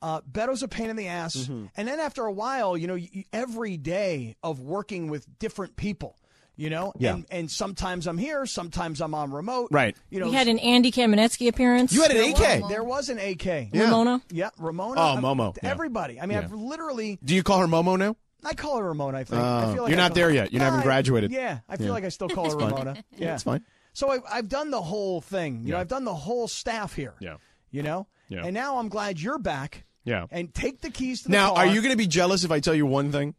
Uh, Beto's a pain in the ass.
Mhm.
And then after a while, you know, you, every day of working with different people, you know,
Yeah.
and, and sometimes I'm here, sometimes I'm on remote.
Right.
You know,
we had an Andy Kamenetsky appearance.
There was- there was an AK.
Ramona?
Yeah, Ramona.
Oh,
I'm-
Momo, yeah.
Everybody. I mean,
Yeah.
I've literally,
Do you call her Momo now?
I call her Ramona, I think.
Oh,
I feel like
you're
I
not
call-
there yet. You
No,
haven't
I-
graduated.
yeah, I feel
Yeah.
like I still call
It's
her
fine.
Ramona. Yeah,
It's fine.
So I, I've done the whole thing. You know,
Yeah.
I've done the whole staff here.
Yeah.
You know?
Yeah.
And now I'm glad you're back
Yeah.
and take the keys to the
Now,
car,
are you going to be jealous if I tell you one thing?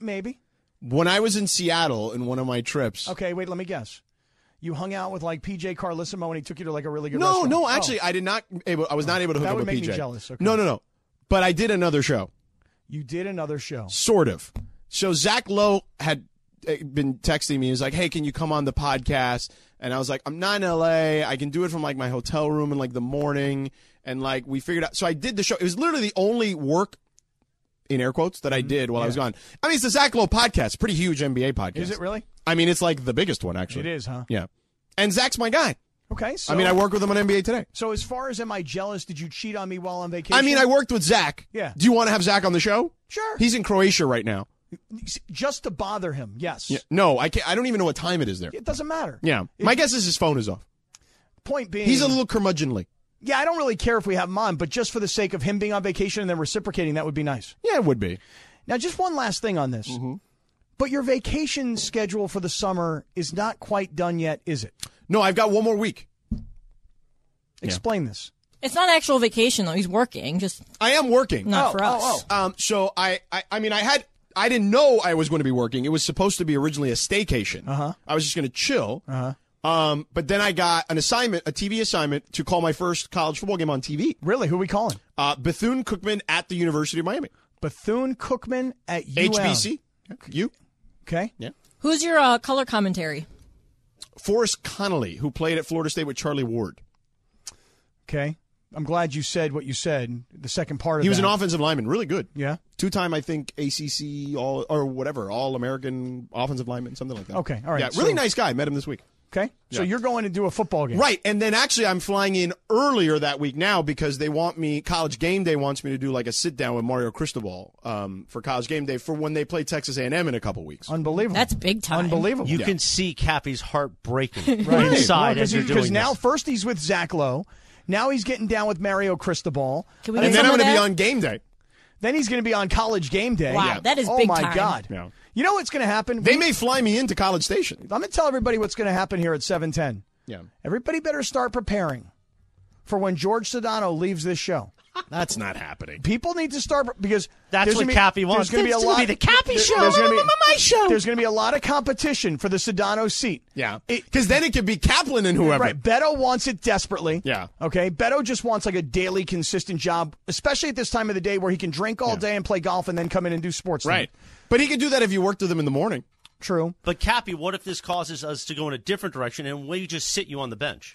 maybe?
When I was in Seattle in one of my trips,
Okay, wait, let me guess. You hung out with like PJ Carlissimo and he took you to like a really good
No,
restaurant.
no, actually,
Oh,
I did not. Able, I was not able to hook
That
up
would
with
make me
PJ.
jealous, okay.
No, no, no. But I did another show,
you did another show.
sort of. So Zach Lowe had uh, been texting me. He was like, "Hey, can you come on the podcast?" And I was like, "I'm not in LA. I can do it from like my hotel room in like the morning." And like we figured out. So I did the show. It was literally the only work. In air quotes that I
Mm-hmm.
did while I was gone. I mean, it's the Zach Lowe podcast, pretty huge NBA podcast.
Is it really?
I mean, it's like the biggest one actually.
It is, huh?
Yeah, and Zach's my guy.
Okay, so
I mean, I work with him on NBA today.
So as far as am I jealous? Did you cheat on me while on vacation?
I mean, I worked with Zach.
Yeah.
Do you want to have Zach on the show?
Sure.
He's in Croatia right now.
just to bother him. Yes,
Yeah. No, I can't. I don't even know what time it is there.
it doesn't matter.
Yeah. My guess is his phone is off.
Point being,
He's a little curmudgeonly.
Yeah, I don't really care if we have him on, but just for the sake of him being on vacation and then reciprocating, that would be nice.
Yeah, it would be. Mm-hmm.
Now, just one last thing on this. But your vacation schedule for the summer is not quite done yet, is it?
No, I've got one more week.
Explain this.
It's not actual vacation though. He's working. Just
I am working.
Not for us.
Um, so I, I, I mean, I had, I didn't know I was going to be working. It was supposed to be originally a staycation.
Uh-huh.
Uh huh. I was just going to chill. Uh huh. Um, but then I got an assignment, a TV assignment, to call my first college football game on TV.
Really? Who are we calling?
Uh, Bethune Cookman at the University of Miami.
Bethune Cookman at UM.
HBC. You.
Okay.
Yeah.
Who's your uh, color commentary?
Forrest Connolly, who played at Florida State with Charlie Ward.
Okay. I'm glad you said what you said. The second part of
He was
that.
an offensive lineman, really good.
Yeah.
Two time, I think, ACC all or whatever, all American offensive lineman, something like that.
Okay, all right,
Yeah, really
so-
nice guy. Met him this week.
Okay. So
Yeah.
you're going to do a football game.
Right. And then actually, I'm flying in earlier that week now because they want me, College Game Day wants me to do like a sit down with Mario Cristobal um, for College Game Day for when they play Texas A&M in a couple
Oh.
weeks.
Unbelievable.
That's big time.
Unbelievable.
You
Yeah.
can see Cappy's heart breaking
Right.
inside
Well,
as you're
he-
doing
now
this.
first he's with Zach Lowe. Now he's getting down with Mario Cristobal.
Can we And get then some I'm of gonna be that? on
game day.
Then he's going to be on college game day.
Wow, Yeah. that is
oh
big
my
time.
God.
Yeah.
You know what's going to happen?
They may fly me into College Station. I'm
going to tell everybody what's going to happen here at 710.
Yeah.
Everybody better start preparing for when George Sedano leaves this show.
That's not happening.
People need to start because
That's
there's
what
gonna be,
Cappy wants.
There's going to be
It's
a
gonna
lot
be the Cappy
there-
show.
There's going to be
My show.
There's going to be a lot of competition for the Sedano seat.
Yeah. Because then it could be Kaplan and whoever.
Right. Beto wants it desperately.
Yeah.
Okay. Beto just wants like a daily consistent job, especially at this time of the day where he can drink all day and play golf and then come in and do sports.
Right. But he could do that if you worked with him in the morning.
True.
But Cappy, what if this causes us to go in a different direction and we just sit you on the bench?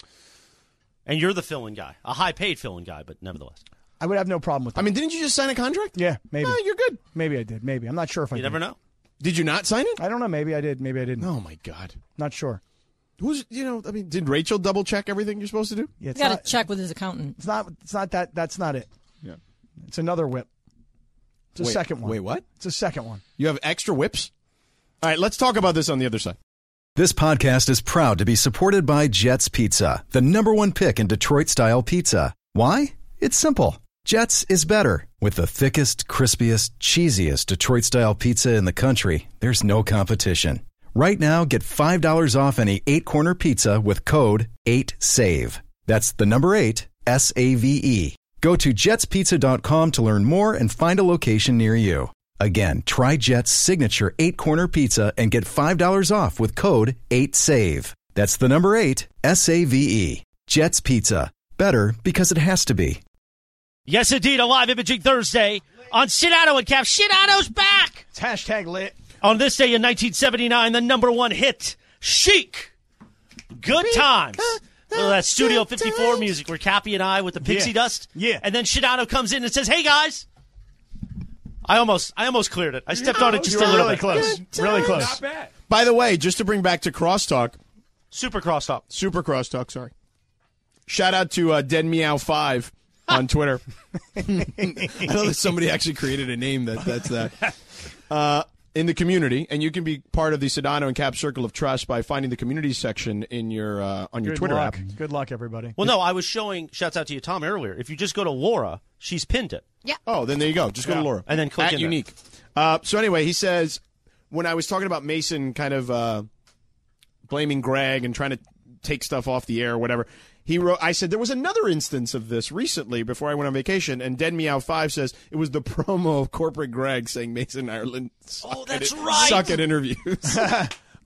And you're the fill-in guy, a high-paid fill-in guy, but nevertheless,
I would have no problem with that.
I mean, didn't you just sign a contract?
Yeah. Maybe.
No, you're good.
Maybe I did. Maybe. I'm not sure if I
you
did.
never know.
Did you not sign it?
I don't know. Maybe I did. Maybe I didn't.
Oh, my God.
Not sure.
Who's, you know, I mean, did Rachel double check everything you're supposed to do?
Yeah,
You
it's
got
not-
to check with his accountant.
It's not. It's not that. That's not it.
Yeah.
It's another whip. It's a
Wait,
second one.
wait, what?
It's a second one.
You have extra whips? All right, let's talk about this on the other side.
This podcast is proud to be supported by Jets Pizza, the number one pick in Detroit style pizza. Why? It's simple. Jets is better. With the thickest, crispiest, cheesiest Detroit style pizza in the country, there's no competition. Right now, get $5 off any eight corner pizza with code 8SAVE. That's the number eight, S A V E. Go to jetspizza.com to learn more and find a location near you. Again, try Jet's signature eight corner pizza and get $5 off with code 8SAVE. That's the number eight, S A V E. Jet's Pizza. Better because it has to be.
Yes, indeed, a live imaging Thursday on Shinato and Cap. Shinato's back
It's hashtag lit.
on this day in 1979. The number one hit, Chic. Good times. Well, that Studio 54 music where Cappy and I with the pixie
Yeah.
dust.
Yeah.
And then Shinato comes in and says, "Hey guys, I almost, I almost cleared it. I stepped on it just
You
a
were
little
really
bit.
close.
Really close.
By the way, just to bring back to crosstalk,
super crosstalk,
super crosstalk. Sorry. Shout out to uh, Dead Meow Five on Twitter. I know that somebody actually created a name that that's that. Uh, in the community, and you can be part of the Sedano and Cap Circle of Trust by finding the community section in your uh, on your
Good
Twitter
luck.
app.
Good luck, everybody.
Well, no, I was showing. Shouts out to you, Tom, earlier. If you just go to Laura, she's pinned it.
Yeah.
Oh, then there you go. Just go
Yeah.
to Laura
And then click
At
in there.
unique. Uh, so anyway, he says when I was talking about Mason, kind of uh, blaming Greg and trying to take stuff off the air or whatever. He wrote. I said there was another instance of this recently before I went on vacation, and Dead Meow Five says it was the promo of corporate Greg saying Mason Ireland. Suck oh,
that's
at,
right.
Suck at interviews.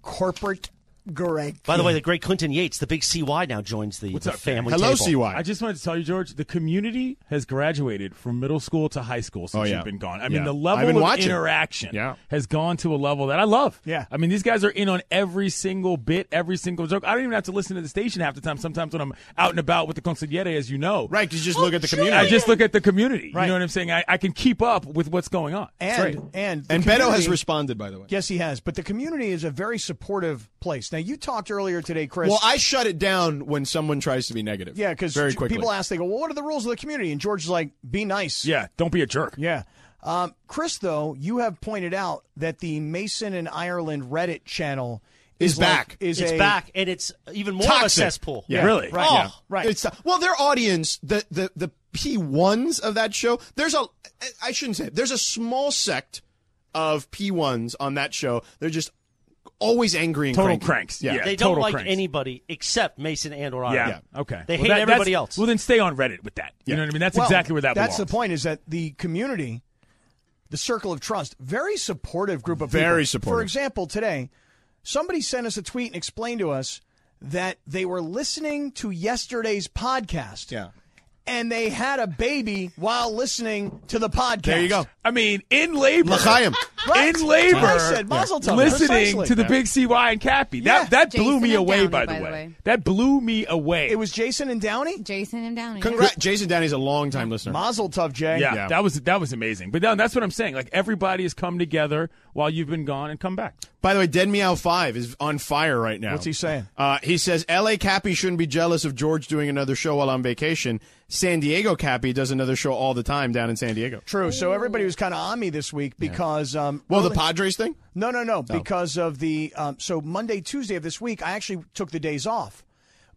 Corporate Greg.
By the way, the great Clinton Yates, the big CY, now joins the, the family. table.
I just wanted to tell you, George, the community has graduated from middle school to high school since
Oh, yeah.
you've been gone. I
Yeah.
mean, the
I've
level
been
of
watching.
interaction
Yeah.
has gone to a level that I love. Yeah. I mean, these guys are in on every single bit, every single joke. I don't even have to listen to the station half the time sometimes when I'm out and about with the consigliere, as you know. Oh,
Right, you just look at the community.
I just look at the community. You know what I'm saying? I, I can keep up with what's going on. It's
And
great.
and the
and Beto has
community-
responded by the way.
Yes, he has. But the community is a very supportive place. Now, you talked earlier today, Chris.
Well, I shut it down when someone tries to be negative.
Yeah, because
very quickly.
people ask, they go, "Well, what are the rules of the community?" And George is like, "Be nice."
Yeah, don't be a jerk.
Yeah, um, Chris, though, you have pointed out that the Mason and Ireland Reddit channel
Is
is, like-
back.
is
it's
a-
back, and it's even more of a cesspool.
Yeah.
Right.
Oh,
Yeah. Right.
It's uh, well, their audience, the the the P ones of that show. There's a I shouldn't say it, there's a small sect of P ones on that show. They're just always angry and
Total
cranky.
cranks. Yeah.
they don't
total
like
cranks.
anybody except Mason and or Ireland.
Yeah. Okay.
They
Well,
hate
that- that's-
everybody else.
Well, then stay on Reddit with that. You know what I mean? That's
Well,
exactly where that
That's
belongs.
the point. Is that the community, the circle of trust, very supportive group of people.
Very
For
supportive.
example, today, somebody sent us a tweet and explained to us that they were listening to yesterday's podcast.
Yeah.
And they had a baby while listening to the podcast.
There you go.
I mean, in labor,
L'chaim.
Right.
in labor,
That's what I said, Mazel tov.
listening
Precisely.
to the
Yeah.
big CY and Cappy. That that blew
Jason
me
and
away.
Downey,
by, the, way. that blew me away.
It was Jason and Downey.
Jason and Downey.
Congrats, Jason Downey's a long time listener.
Mazel tov, Jay.
yeah, that was that was amazing. But no, that's what I'm saying. Like everybody has come together while you've been gone and come back.
By the way, Dead Meow Five is on fire right now.
What's he saying?
Uh, he says L.A. Cappy shouldn't be jealous of George doing another show while on vacation. San Diego Cappy does another show all the time down in San Diego.
True. So everybody was kind of on me this week because um,
Well, the
early-
Padres thing. Oh.
No, no, no. Because of the um, so Monday, Tuesday of this week, I actually took the days off.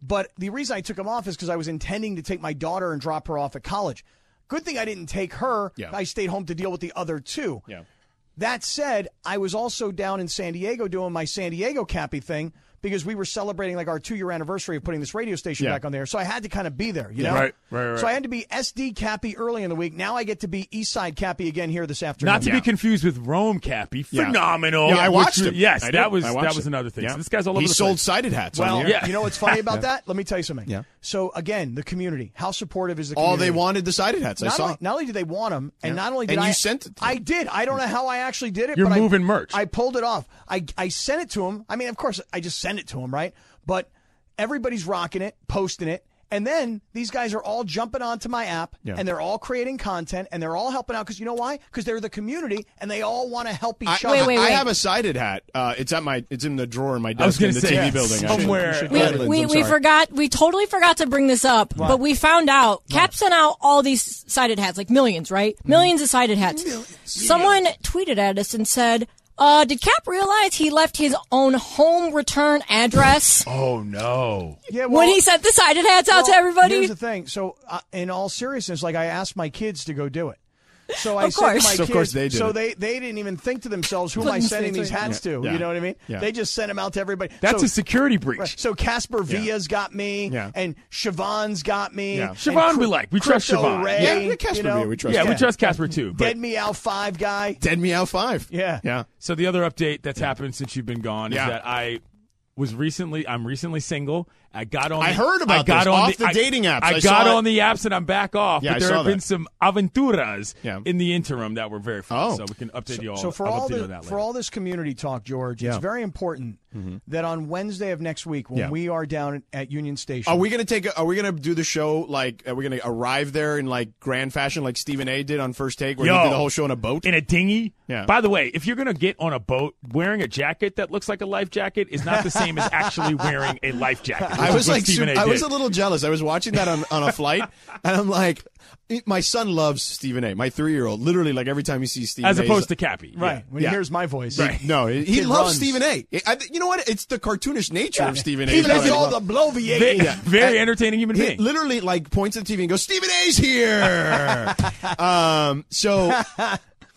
But the reason I took them off is because I was intending to take my daughter and drop her off at college. Good thing I didn't take her.
Yeah.
I stayed home to deal with the other two.
Yeah.
That said, I was also down in San Diego doing my San Diego Cappy thing because we were celebrating like our two year anniversary of putting this radio station
Yeah.
back on there. So I had to kind of be there, you
Yeah.
know?
Right, right, right.
So I had to be SD Cappy early in the week. Now I get to be East Side Cappy again here this afternoon.
Not to be confused with Rome Cappy,
Yeah.
phenomenal.
Yeah, I
which
watched
you-
him.
Yes,
I did.
that was
I
that
watched
was
it.
another thing.
Yeah.
So this guy's all
he
over the
sold
place.
sided hats. on
Well,
the air.
you know what's funny about
Yeah.
that? Let me tell you something.
Yeah.
So again, the community. How supportive is the community?
All they wanted the sided hats. I
Not
saw.
only, not only did they want them, and
Yeah.
not only did
And
I
you sent it to
I did. I don't know how I actually did it.
You're
but I-
moving merch.
I pulled it off. I I sent it to him. I mean, of course, I just sent it to him, right? But everybody's rocking it, posting it, and then these guys are all jumping onto my app,
Yeah.
and they're all creating content, and they're all helping out because you know why? Because they're the community, and they all want to help each
I,
other.
I have a sided hat. Uh, it's at my. It's in the drawer in my desk
I was
in
going
the
to say
TV building. I should-
somewhere.
should-
We,
Redlands,
we,
I'm
we
sorry.
forgot. We totally forgot to bring this up, but we found out. Cap sent out all these sided hats, like millions, right?
Mm-hmm.
Millions of sided hats. Someone tweeted at us and said, uh, "Did Cap realize he left his own home return address
Oh no!
yeah,
when
well-
he sent the sided hats out to
Well,
everybody?"
Here's the thing. So, uh, in all seriousness, like I asked my kids to go do it. So I
Of
sent my
course.
kids.
So of course they did
So
it.
they, they didn't even think to themselves, who am I
Couldn't
sending
think
these
to it.
hats to?
Yeah.
You know what I mean?
Yeah.
They just sent them out to everybody.
That's
So-
a security breach.
right. So Casper Villa's got me,
Yeah.
and Siobhan's got me.
Yeah.
and
Siobhan
Cr-
we like. We trust
Crypto
Siobhan.
Ray,
Yeah, yeah,
you
Casper
know?
Villa, we trust.
yeah, we
Yeah.
trust Casper too. But
Dead Meow Five guy.
Dead Meow Five.
Yeah.
Yeah.
So the other update that's happened since you've been gone
Yeah.
is that I was recently I'm recently single I got on.
I
the-
heard about
I got
this
on
off the dating apps.
I,
I
got
saw it.
on the apps and I'm back off.
Yeah,
but
I
there
saw
have been
that.
some aventuras in the interim that were very
Oh.
fun. So we can update
so,
you all.
So for
I'll
all
update you
the-
on that later.
for all this community talk, George, it's
Yeah.
very important that on Wednesday of next week, when
Yeah.
we are down at Union Station,
Are we gonna take? A, are we gonna do the show like? Are we gonna arrive there in like grand fashion, like Stephen A. did on First Take, where
Yo.
he did the whole show in a boat?
In a dinghy?
Yeah.
By the way, if you're going to get on a boat, wearing a jacket that looks like a life jacket is not the same as actually wearing a life jacket. which
I
is
was
what
like,
Stephen
su-
A
I was
did.
a little jealous. I was watching that on, on a flight, and I'm like, it- my son loves Stephen A. My three year old, literally, like every time he sees Stephen,
As
A, he's
opposed to
like-
Cappy.
Right.
Yeah.
When
Yeah.
he hears my voice,
He- no, he, he
kid
loves
runs.
Stephen A. I- I- you know what? It's the cartoonish nature of Stephen A.
He
that
does
I
all
love.
the bloviating.
Yeah.
Very
And-
entertaining human
he
being.
Literally, like points at the TV and goes, "Stephen A's here." um, so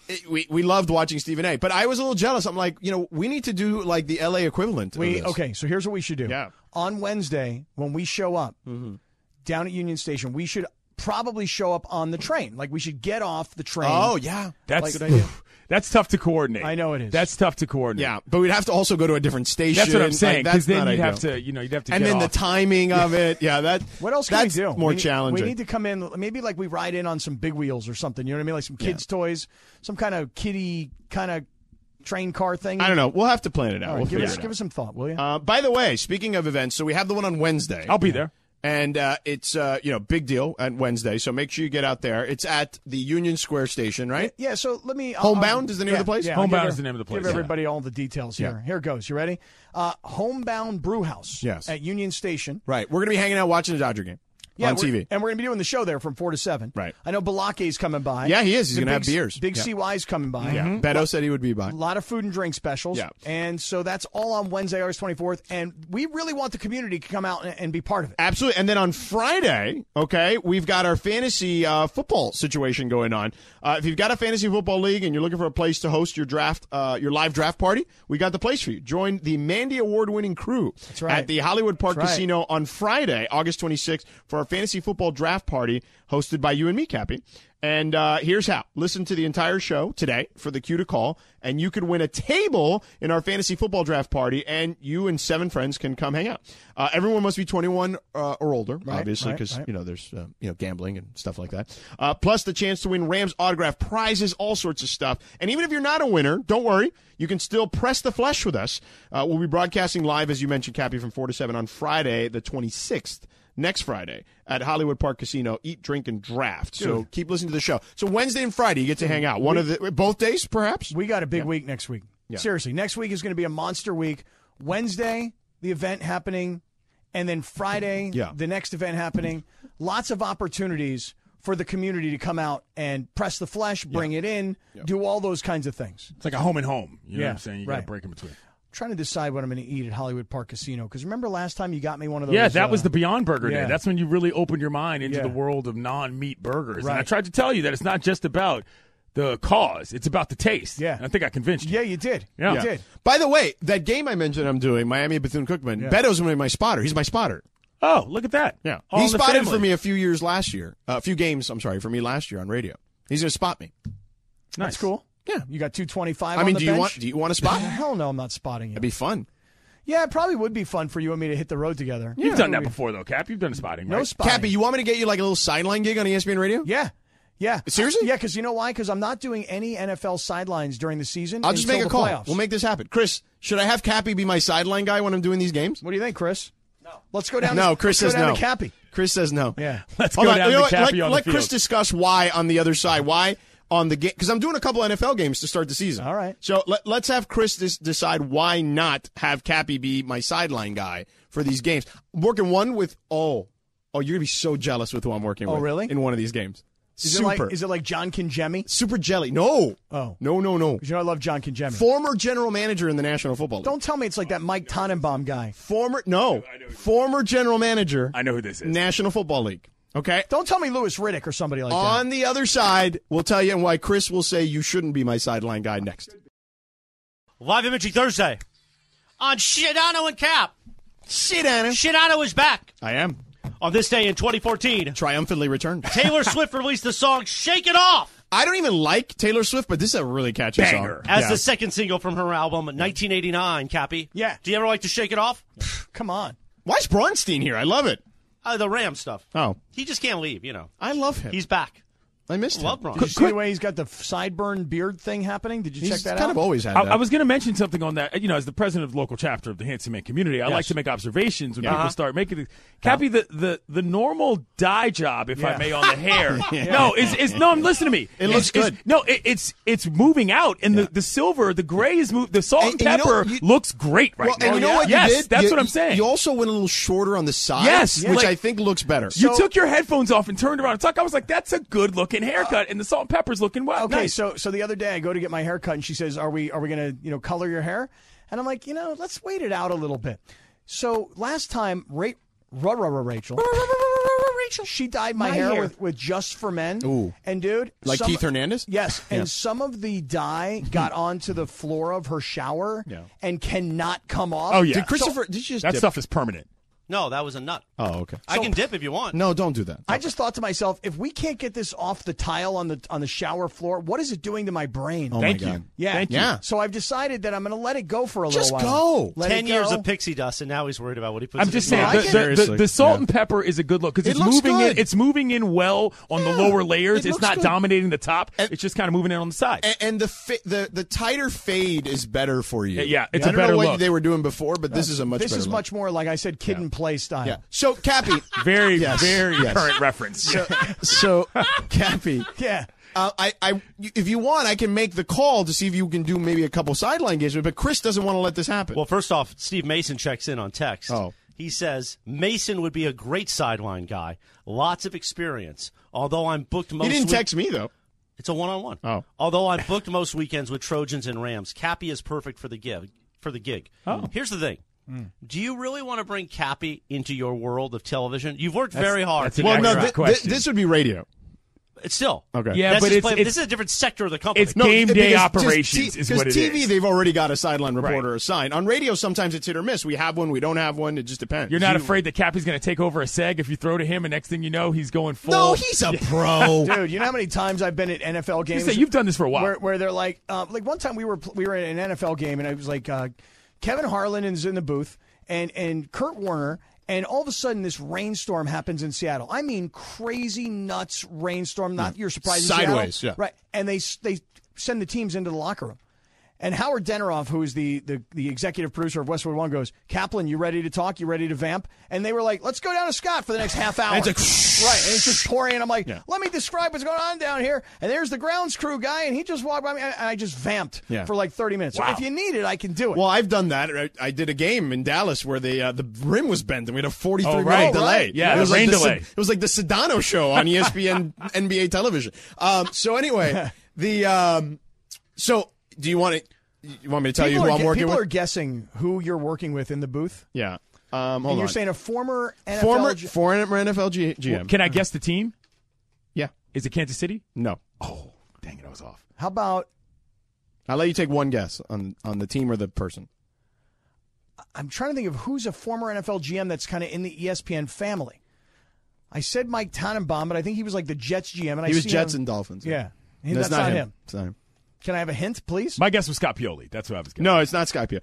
it- we we loved watching Stephen A. But I was a little jealous. I'm like, you know, we need to do like the L.A. equivalent. of
We
this.
okay. So here's what we should do.
Yeah.
On Wednesday, when we show up down at Union Station, we should probably show up on the train. Like we should get off the train.
Oh, yeah.
That's
Like- Good idea.
that's tough to coordinate.
I know it is.
That's tough to coordinate.
Yeah, but we'd have to also go to a different station.
That's what I'm
Like,
saying.
that's
Because then
not
you'd have
ideal.
to, you know, you'd have to.
and
get
then
off.
the timing of it. Yeah, that.
What else can
that's
we do?
More
We need-
challenging.
We need to come in. Maybe like we ride in on some big wheels or something. You know what I mean? Like some kids' toys, some kind of kiddie kind of train car thing.
I don't know. We'll have to plan it out.
All right,
we'll
give,
figure
us,
it out.
give us some thought, will you?
Uh, by the way, speaking of events, so we have the one on Wednesday.
I'll be there.
And uh, it's uh, you know big deal at Wednesday, so make sure you get out there. It's at the Union Square station, right?
Yeah, so let me.
Homebound is the name of the place? Homebound
I'll give
is the name of the place,
Give
yeah.
everybody all the details here.
Yeah.
Here goes. You ready? Uh, Homebound Brew House.
Yes.
At Union Station.
Right. We're gonna be hanging out watching the Dodger game
Yeah,
on
we're-
TV.
and we're going to be doing the show there from four to seven.
Right.
I know Balake's coming by.
Yeah, he is. He's
The
gonna have
Big-
beers.
Big
Yeah.
CY's coming by.
Yeah.
Mhm.
Beto said he would be by.
A lot of food and drink specials.
Yeah.
And so that's all on Wednesday, August 24th. And we really want the community to come out and, and be part of it.
Absolutely. And then on Friday, okay, we've got our fantasy uh, football situation going on. Uh, if you've got a fantasy football league and you're looking for a place to host your draft, uh, your live draft party, we got the place for you. Join the Mandy Award winning crew That's
right.
at the Hollywood Park
That's right.
Casino on Friday, August 26th, for our fantasy football draft party hosted by you and me, Cappy. And uh, here's how. Listen to the entire show today for the cue to call, and you could win a table in our fantasy football draft party, and you and seven friends can come hang out. Uh, everyone must be 21 uh, or older,
Right,
obviously,
right,
because
right.
you know there's uh, you know gambling and stuff like that. Uh, plus the chance to win Rams autograph prizes, all sorts of stuff. And even if you're not a winner, don't worry, you can still press the flesh with us. Uh, we'll be broadcasting live, as you mentioned, Cappy, from four to seven on Friday, the 26th. Next Friday at Hollywood Park Casino, eat, drink, and draft. So
Dude.
keep listening to the show. So Wednesday and Friday, you get to hang out. One
We-
of the both days, perhaps.
We got a big week next week.
Yeah.
Seriously, next week is going to be a monster week. Wednesday, the event happening, and then Friday,
Yeah.
the next event happening. Lots of opportunities for the community to come out and press the flesh, bring it in, do all those kinds of things.
It's like a home and home. You know
Yeah,
what I'm saying? You got
right.
to break in between.
trying to decide what I'm going to eat at Hollywood Park Casino because remember last time you got me one of those.
Yeah, that
uh,
was the Beyond Burger
yeah.
Day. That's when you really opened your mind into
Yeah.
the world of non-meat burgers. And I
Right.
tried to tell you that it's not just about the cause; it's about the taste. Yeah, and I think I convinced you.
Yeah, you did.
Yeah.
Yeah. By the way, that game I mentioned I'm doing, Miami Bethune Cookman, Beto's going to be my spotter. He's my spotter.
Oh, look at that!
Yeah,
All
he
in the
spotted
family.
for me a few years last year, uh, a few games. I'm sorry, for me last year on radio. He's gonna spot me.
That's cool. Yeah, you got two twenty five.
I mean,
on the
do you
bench?
want do you want to spot? me?
Hell no, I'm not spotting you.
That'd be fun.
Yeah, it probably would be fun for you and me to hit the road together.
You've
Yeah.
done that
We-
before, though, Cap. You've done spotting.
No
right?
spotting.
Cappy, you want me to get you like a little sideline gig on E ESPN Radio?
Yeah. Yeah.
Seriously?
Yeah, because you know why? Because I'm not doing any NFL sidelines during the season.
I'll just
until
make a
the
call.
playoffs.
We'll make this happen. Chris, should I have Cappy be my sideline guy when I'm doing these games?
What do you think, Chris? No. Let's go down.
no,
to,
Chris says
let's go down
no.
To Cappy.
Chris says no.
Yeah.
Let's
Hold
go
on,
down
you know
to
what?
Cappy
let,
on
let
the
Chris
field.
discuss why on the other side, why on the game, because I'm doing a couple NFL games to start the season. All right. So let, let's have Chris dis- decide why not have Cappy be my sideline guy for these games. I'm working one with oh, oh, you're gonna be so jealous with who I'm working
Oh,
with.
really?
In one of these games.
Is
Super.
it like is it like John Kinjemi?
Super jelly. No.
Oh.
No, no, no.
'Cause you know I love John Kinjemi.
Former general manager in the National Football League.
Don't tell me it's like that Mike Tannenbaum guy.
Former no. Former general manager.
I know who this is.
National Football League. Okay.
Don't tell me Lewis Riddick or somebody like that.
On the other side, we'll tell you why Chris will say you shouldn't be my sideline guy next.
Live Imagery Thursday on Shidano and Cap.
Shidano.
Shidano is back
I am.
on this day in 2014.
Triumphantly returned.
Taylor Swift released the song Shake It Off
I don't even like Taylor Swift, but this is a really catchy
Banger.
song.
as
Yeah.
the second single from her album 1989, Cappy.
Yeah.
Do you ever like to Shake It Off?
Come on.
Why is Bronstein here? I love it.
Uh, the Ram stuff.
Oh,
He just can't leave, you know.
I love him.
He's back.
I missed
Love Bron.
Did you see the way he's got the f- sideburn beard thing happening? Did you check that out?
I, I was going to mention something on that. You know, as the president of the local chapter of the Handsome Man community, I
Yes.
like to make observations when
Yeah.
people
Uh-huh.
start making. These. Cappy, the, the the normal dye job, if
Yeah.
I may, on the hair.
Yeah.
No, is is no. I'm listen to me.
It looks
It's- it's-
good.
no, it, it's it's moving out, and the, the silver, the gray is moved. The salt and,
And- and you know-
pepper
you-
looks great right
well,
now. Oh,
and you know what
yes,
you did?
that's
You-
what I'm saying.
You also went a little shorter on the side.
Yes,
which
like-
I think looks better.
you took your headphones off and turned around and talked. I was like, "That's a good looking haircut," and the salt and pepper's looking well.
Okay,
nice.
so so the other day I go to get my hair cut and she says, "Are we are we going to, you know, color your hair?" And I'm like, "You know, let's wait it out a little bit." So last time, Ra- Ra- Ra- Ra- Rachel Rachel. She dyed my,
My
hair,
hair.
With, with just for men.
Ooh.
And dude,
Like Keith Hernandez?
Yes. And
Yeah. Hmm.
some of the dye got onto the floor of her shower
Yeah.
and cannot come off.
Oh, yeah. Did Christopher- did you just That dip? stuff
is permanent.
No, that was a nut.
Oh, okay.
I can dip if you want.
No, don't do that.
I just thought to myself, if we can't get this off the tile on the on the shower floor, what is it doing to my brain?
Oh, my Thank you. God.
Yeah.
Thank you. Yeah.
So I've decided that I'm going to let it go for a
Just
little while.
go. Ten years of pixie dust, and now he's worried about what he puts.
I'm
in
just
his
saying
mouth.
the- the, the- the salt and pepper is a good look because
It
it's
looks
moving
good.
in. It's moving in well on the lower layers.
it
it's
looks
not
good.
dominating the top. it's just kind of moving in on the side.
And, and the, fa- the the tighter fade is better for you.
Yeah, yeah, it's
I
a
don't know
better
what
look.
they were doing before, but this is a much
This
better
is
look.
much more like I said, kid and play style.
Yeah. So Cappy,
very
Yes,
very
yes.
current reference.
So, so Cappy,
yeah.
Uh, I, I, if you want, I can make the call to see if you can do maybe a couple sideline games, but Chris doesn't want to let this happen.
Well, first off, Steve Mason checks in on text. Oh. He says Mason would be a great sideline guy, lots of experience. Although I'm booked most.
didn't text me though.
It's a one-on-one. Oh. Although I'm booked most weekends with Trojans and Rams, Cappy is perfect for the gig. For the gig. Oh. Here's the thing.
Hmm.
Do you really want to bring Cappy into your world of television? You've worked
That's-
very hard.
that's an Well, no, extra thi- thi- question. this would be radio.
It's still
Okay.
Yeah,
That's
but
just
it's-
play-
it's-
this is a different sector of the company.
it's game
it-
day
because just
operations
T-
is
'cause
what it
TV,
is.
they've already got a sideline reporter assigned. On radio, sometimes it's hit or miss. We have one, we don't have one. It just depends.
You're not afraid that Cappy's going to take over a seg if you throw to him, and next thing you know, he's going full.
No, he's
a
dude. You know how many times I've been at NFL games?
say, "You've done this for a while."
Where, where they're like, uh, like one time we were pl- we were at an NFL game, and I was like, uh, Kevin Harlan is in the booth, and and Kurt Warner. And all of a sudden, this rainstorm happens in Seattle. I mean, crazy nuts rainstorm. Not your surprise. in Seattle.
Sideways, yeah.
Right, and they s- they send the teams into the locker room. And Howard Deneroff, who is the, the the executive producer of Westwood One, goes, Kaplan, you ready to talk? You ready to vamp? And they were like, let's go down to Scott for the next half hour.
And it's like,
right. And it's just pouring. And I'm like,
Yeah.
let me describe what's going on down here. And there's the grounds crew guy, and he just walked by me, and I just vamped
Yeah.
for like 30 minutes. So if you need it, I can do it.
Well, I've done that. I, I did a game in Dallas where the uh, the rim was bent and we had a 43
Oh,
minute
right.
delay.
Right. Yeah,
it
the
was like
rain
the,
delay.
It was like the Sedano show on E ESPN NBA television. Um, so anyway, the um, so do you want to you want me to tell
people
you who
are,
I'm
gu-
working
people
with?
are guessing who you're working with in the booth.
yeah. Um, hold
and you're
on.
saying a former NFL
former
G-
former NFL G- GM.
Can I guess the team?
Yeah.
Is it Kansas City?
No.
Oh, dang it, I was off.
How about
I'll let you take one guess on on the team or the person.
I'm trying to think of who's a former NFL GM that's kind of in the E ESPN family. I said Mike Tannenbaum, but I think he was like the Jets GM. And I
he was
see
Jets
him-
and Dolphins.
Yeah, He-
That's, not, him. It's not him.
Can I have a hint, please?
My guess was Scott Pioli. That's what I was guessing.
No, it's not Skype.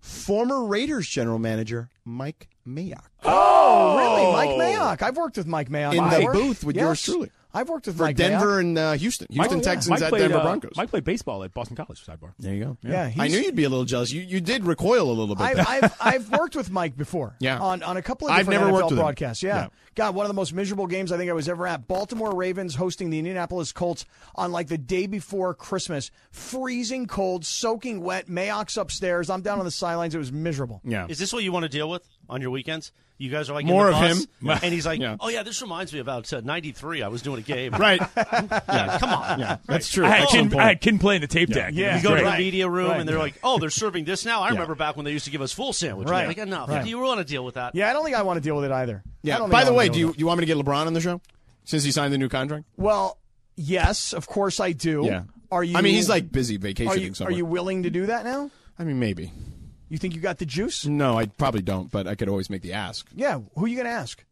Former Raiders general manager Mike Mayock.
Oh, really? Mike Mayock. I've worked with Mike Mayock
In the
before.
booth with
Yes.
yours truly.
I've worked with
for
Mike
Denver
Mayock.
and uh, Houston. Houston
Mike-
Texans
Mike
at
played,
Denver
uh,
Broncos.
Mike played baseball at Boston College. Sidebar.
There you go.
Yeah,
I
he's-
knew you'd be a little jealous. You you did recoil a little bit.
I've, I've, I've worked with Mike before.
Yeah.
On, on a couple of
I've
different
never
NFL
worked with him.
broadcasts. Yeah.
Yeah.
God, one of the most miserable games I think I was ever at. Baltimore Ravens hosting the Indianapolis Colts on like the day before Christmas. Freezing cold, soaking wet. Mayock's upstairs. I'm down on the sidelines. It was miserable.
Yeah.
Is this what you want to deal with on your weekends? You guys are like in
More
the
of
bus,
him. Yeah.
and he's like,
Yeah.
"Oh yeah, this reminds me about uh, '93. I was doing a game,
Right.
Yeah, come on,
Yeah, that's true.
I had,
Excellent
Kin,
point.
I had Kin playing the tape deck.
Yeah,
It
we
was
go to
great.
the media room
Right.
and they're like, "Oh, they're serving this now." I remember back when they used to give us full sandwich.
Right.
Like enough.
Right.
Do you want to deal with that?
Yeah, I don't think I want to deal with it either. I
yeah.
don't
By
think I
the
wanna
way,
deal
do
with
you you want me to get LeBron on the show since he signed the new contract?
it. Well, yes, of course I do.
Yeah.
Are you?
I mean, he's like busy
Are
vacationing
you, are
somewhere.
you willing to do that now?
I mean, maybe.
You think you got the juice?
No, I probably don't, but I could always make the ask.
Yeah. Who are you going to ask?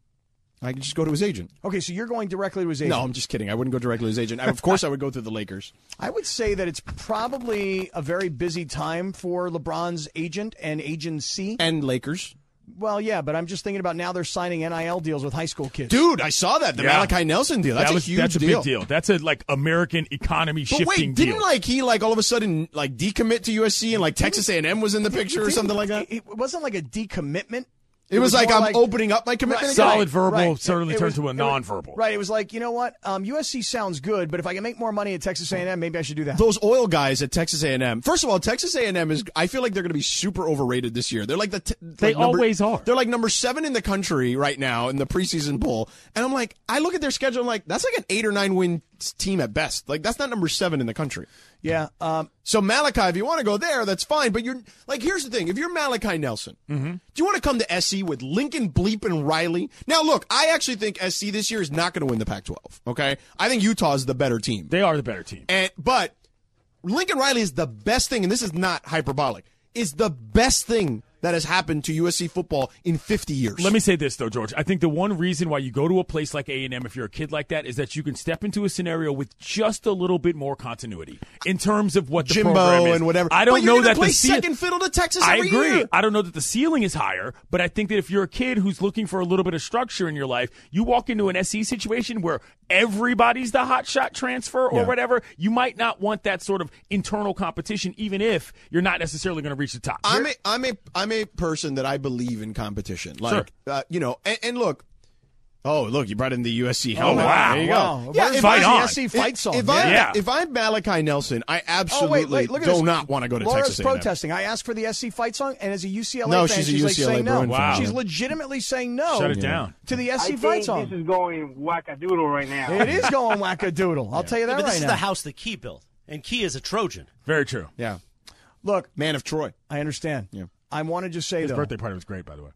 I could just go to his agent.
Okay, so you're going directly to his agent.
No, I'm just kidding. I wouldn't go directly to his agent. I, of course, I would go through the Lakers.
I would say that it's probably a very busy time for LeBron's agent and agency.
and Lakers.
Well, yeah, but I'm just thinking about now they're signing NIL deals with high school kids.
Dude, I saw that the
Yeah.
Malachi Nelson deal. That's
That
a
was-
huge
that's a big
deal.
deal. That's a like American economy
But
shifting
wait,
deal.
didn't like he like all of a sudden like decommit to USC and like Texas A&M was in the picture or
Didn't-
something like that?
It it wasn't like a decommitment.
It was like, I'm opening up my commitment again. Solid verbal
certainly turned to a nonverbal.
Right. It was like you know what? Um, USC sounds good, but if I can make more money at Texas A&M, maybe I should do that.
Those oil guys at Texas A&M. First of all, Texas A&M is. I feel like they're going to be super overrated this year. They're like the. T-
They
like number-
always are.
They're like number seven in the country right now in the preseason poll, and I'm like, I look at their schedule. I'm like, that's like an eight or nine win s- team at best. Like that's not number seven in the country.
Yeah. Um,
so Malachi, if you want to go there, that's fine. But you're like, here's the thing: if you're Malachi Nelson,
Mm-hmm.
do you want to come to SC with Lincoln Bleep and Riley? Now, look, I actually think SC this year is not going to win the Pac-12. Okay, I think Utah is the better team.
They are the better team.
And but Lincoln Riley is the best thing, and this is not hyperbolic. Is the best thing that has happened to USC football in 50 years.
Let me say this though, George. I think the one reason why you go to a place like A and M if you're a kid like that is that you can step into a scenario with just a little bit more continuity in terms of what the program
Jimbo
is.
and whatever.
I don't
But you're
know
gonna
that
play
the ceil-
second fiddle to Texas.
I
every
agree.
year.
I don't know that the ceiling is higher, but I think that if you're a kid who's looking for a little bit of structure in your life, you walk into an SE situation where everybody's the hot shot transfer or
Yeah.
whatever. You might not want that sort of internal competition, even if you're not necessarily going to reach the top.
I'm a, I'm a I'm a person that I believe in competition. Like
Sure.
uh, you know, and, and look. Oh, look! You brought in the USC helmet.
wow.
There you
Wow.
go. Yeah,
Where's
if
Fight
I-
on.
If,
fight song,
if
yeah.
I'm,
Yeah.
if I'm Malachi Nelson, I absolutely
oh wait, wait! Look at
do
this.
not want to go to
Laura's
Texas. A&M.
protesting. I asked for the SC fight song, and as a UCLA
No,
fan,
she's a
like
UCLA
saying no.
Bruin fan.
She's
Yeah.
legitimately saying no.
Shut it Yeah. down.
to the
I
SC
think
fight song.
This is going wackadoodle right now.
It is going wackadoodle. I'll tell you
Yeah,
that
but
right
this is
now.
the house that Key built, and Key is a Trojan.
Very true.
Yeah.
Look,
man of Troy.
I understand.
Yeah.
I want to just say
His
though,
birthday party was great, by the way.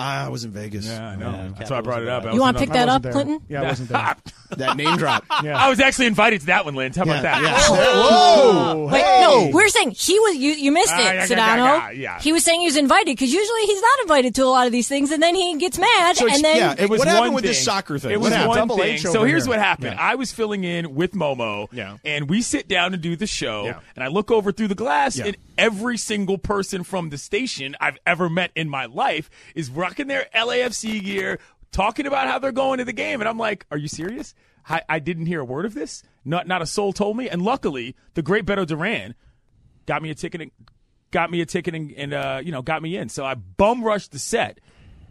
Ah, I was in Vegas.
Yeah, I know. That's why I brought it up. I
You
was
want
not-
to pick
I
that
wasn't
up,
there.
Clinton?
Yeah, I wasn't there.
that name drop.
I was actually invited to that one, Lynn. How about that?
Oh, Wait, no, we're saying he was. You, you missed it,
Ah, yeah, yeah,
Sedano.
yeah, yeah, yeah.
He was saying he was invited because usually he's not invited to a lot of these things, and then he gets mad, and then
it was
what happened
one
with this
thing.
soccer thing?
It
What
was
happened?
one
Double
thing.
H
So
over
here's
here.
what happened.
Yeah.
I was filling in with Momo, and we sit down to do the show, and I look over through the glass,
Yeah.
and every single person from the station I've ever met in my life is rocking their LAFC gear, talking about how they're going to the game, and I'm like, "Are you serious? I, I didn't hear a word of this. Not not a soul told me." And luckily, the great Beto Duran got me a ticket and got me a ticket and, and uh, you know got me in. So I bum rushed the set,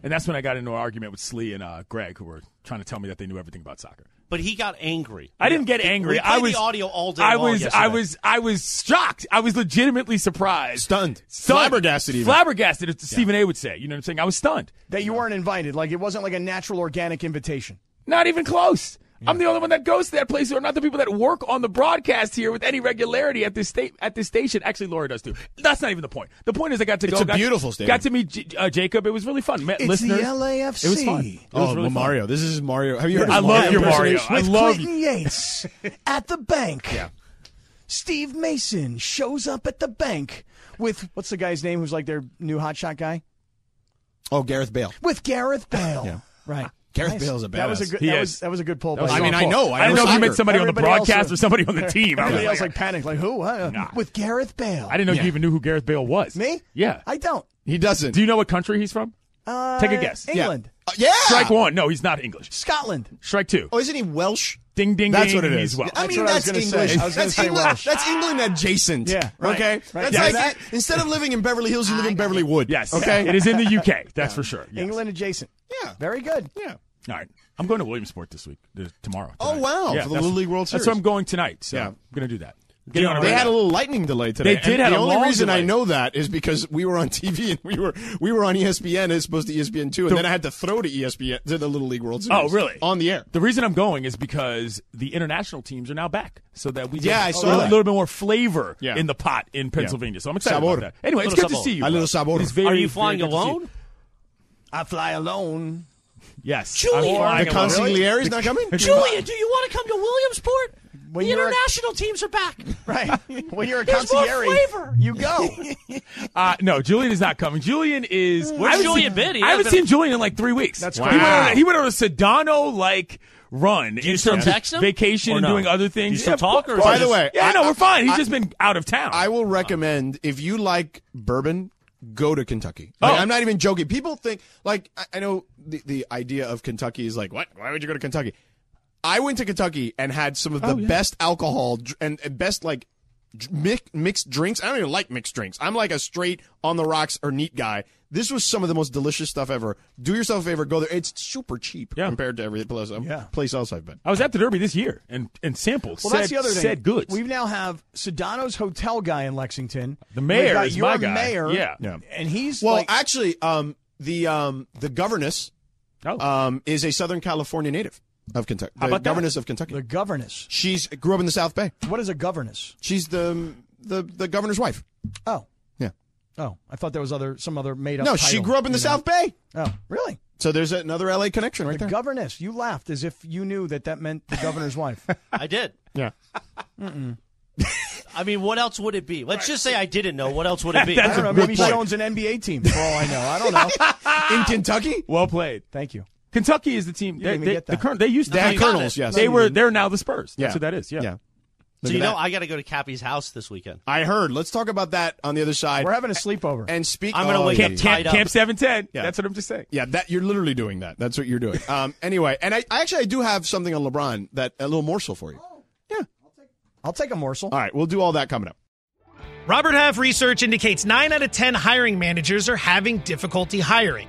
and that's when I got into an argument with Slee and uh, Greg, who were trying to tell me that they knew everything about soccer.
But he got angry.
I didn't get angry.
We played
I was
the audio all day.
I
long
was
yesterday.
I was I was shocked. I was legitimately surprised,
stunned,
Flabbergasted even.
flabbergasted. As Stephen A. would say, you know what I'm saying? I was stunned.
that you weren't invited. Like it wasn't like a natural, organic invitation.
Not even close. I'm the only one that goes to that place. Or not the people that work on the broadcast here with any regularity at this state at this station. Actually, Laura does too. That's not even the point. The point is, I got to
It's
go.
a
got-
beautiful stadium.
Got to meet J- uh, Jacob. It was really fun. Met
It's
listeners.
the LAFC.
It was fun. It
Oh,
was really fun.
Mario! This is Mario. Have you heard?
I
his
love your Mario.
impersonation?
I
with
love
Clinton Yates at the bank. Steve Mason shows up at the bank with what's the guy's name who's like their new hotshot guy?
Oh, Gareth Bale.
With Gareth Bale.
Ah,
Right.
Gareth
Nice.
Bale's a badass.
That was a good
He
that
is.
was, that was a good poll.
That was
by
I
you.
mean, I know. I I didn't know know if you meant soccer.
somebody on the
Everybody else-
broadcast or somebody on the team. I was
Everybody
like-
else like panicked, like who? Huh? With Gareth Bale.
I didn't know you even knew who Gareth Bale was.
Me?
Yeah.
I don't.
He doesn't. Uh,
Do you know what country he's from?
Uh,
Take a guess.
England.
Uh,
Yeah.
Strike one. No, he's not English.
Scotland.
Strike two.
Oh, isn't he Welsh?
Ding ding.
That's
ding,
what it
he's
is.
Welsh.
I mean, that's English. That's England. That's England adjacent. Yeah.
right,
Okay.
right.
That's
Yes.
like instead of living in Beverly Hills, you live in Beverly Wood.
Yes.
Okay.
It is in the UK. That's for sure. Yes.
England adjacent. Yeah. Very good.
Yeah.
All right. I'm going to Williamsport this week, th- tomorrow.
Oh,
tonight.
wow, for the
that's-
Little League World
That's
Series.
where I'm going tonight. So
Yeah.
I'm going to do that.
They
Get on a radar.
had a little lightning delay today.
They did
And
have
the
a
only
long
reason
delay.
I know that is because we were on TV and we were we were on E ESPN. It's supposed to ESPN two, and
The-
then I had to throw to E ESPN to the Little League World Series.
Oh, really?
On the air.
The reason I'm going is because the international teams are now back, so that we
Yeah,
get
I
a
saw
little,
that.
little bit more flavor
Yeah.
in the pot in Pennsylvania. So I'm excited
Sabor.
about that. Anyway, it's
Little
good to
sabor.
see you.
A
bro.
little sabor.
It is very,
Are
very
you flying
good to see you.
alone?
I fly alone.
Yes.
Julia.
I'm flying
The
alone.
consigliere is not coming?
Julia, do you want to come to Williamsport?
When
the
you're a-
international teams are back.
Right. When you're a
There's more
concierge,
flavor.
you go.
Uh, no, Julian is not coming. Julian is.
Where's
I haven't
Julian
seen-
been? He
I haven't
hasn't been-
seen Julian in like three weeks.
That's
he
crazy.
went, on,
Wow.
a- he went on a Sedano like run in
still
terms of
text him?
vacation
Or
and
no?
doing other
Do
things.
you still
Yeah,
talk, or
of
is it
course.
By the way,
yeah,
I-
no, we're fine. He's
I-
just been out of town.
I will recommend if you like bourbon, go to Kentucky.
Oh.
Like, I'm not even joking. People think like I, I know the, the idea of Kentucky is like what? Why would you go to Kentucky? I went to Kentucky and had some
Oh,
of the best alcohol dr- and, and best like dr- mic- mixed drinks. I don't even like mixed drinks. I'm like a straight on the rocks or neat guy. This was some of the most delicious stuff ever. Do yourself a favor, go there. It's super cheap compared to every place, um, place else I've been.
I was at the Derby this year and and sampled.
Well,
said,
that's the other thing.
Said goods.
We now have Sedano's hotel guy in Lexington.
The mayor
We've got
is
your
my guy.
mayor.
Yeah.
and he's
well,
like-
actually, um, the um, the governess
Oh.
um, is a Southern California native of Kentucky. The
How about that?
governess of Kentucky. The
governess.
She's grew up in the South Bay.
What is a governess?
She's the the the governor's wife.
Oh.
Yeah.
Oh, I thought there was other some other made up.
No, she grew up in the South Bay.
Oh, really?
So there's another LA connection right
the
there.
governess. You laughed as if you knew that that meant the governor's wife.
I did.
Yeah.
Mm-mm.
I mean, what else would it be? Let's just say I didn't know. What else would it be?
I don't know. Maybe she owns an NBA team. For all I know, I don't know.
in Kentucky,
well played.
Thank you.
Kentucky is the team. They,
didn't even
they-
get
the
that.
current. They used to
They
be-
had Colonels, yes.
They
No, you
were.
Mm-hmm.
didn't.
They're now the Spurs. That's
Yeah.
what that is. Yeah.
Yeah.
So
Look
you
at
know,
that.
I got to go to Cappy's house this weekend.
I heard. Let's talk about that on the other side. We're
having a sleepover.
And speak.
I'm gonna
oh,
wake
yeah.
up tied up. Camp
seven ten.
Yeah.
That's what I'm just saying.
Yeah, that you're literally doing that. That's what you're doing. Um, anyway, and I, I actually I do have something on LeBron that a little morsel for you.
Oh. I'll take a morsel.
All right, we'll do all that coming up.
Robert Half research indicates 9 out of 10 hiring managers are having difficulty hiring.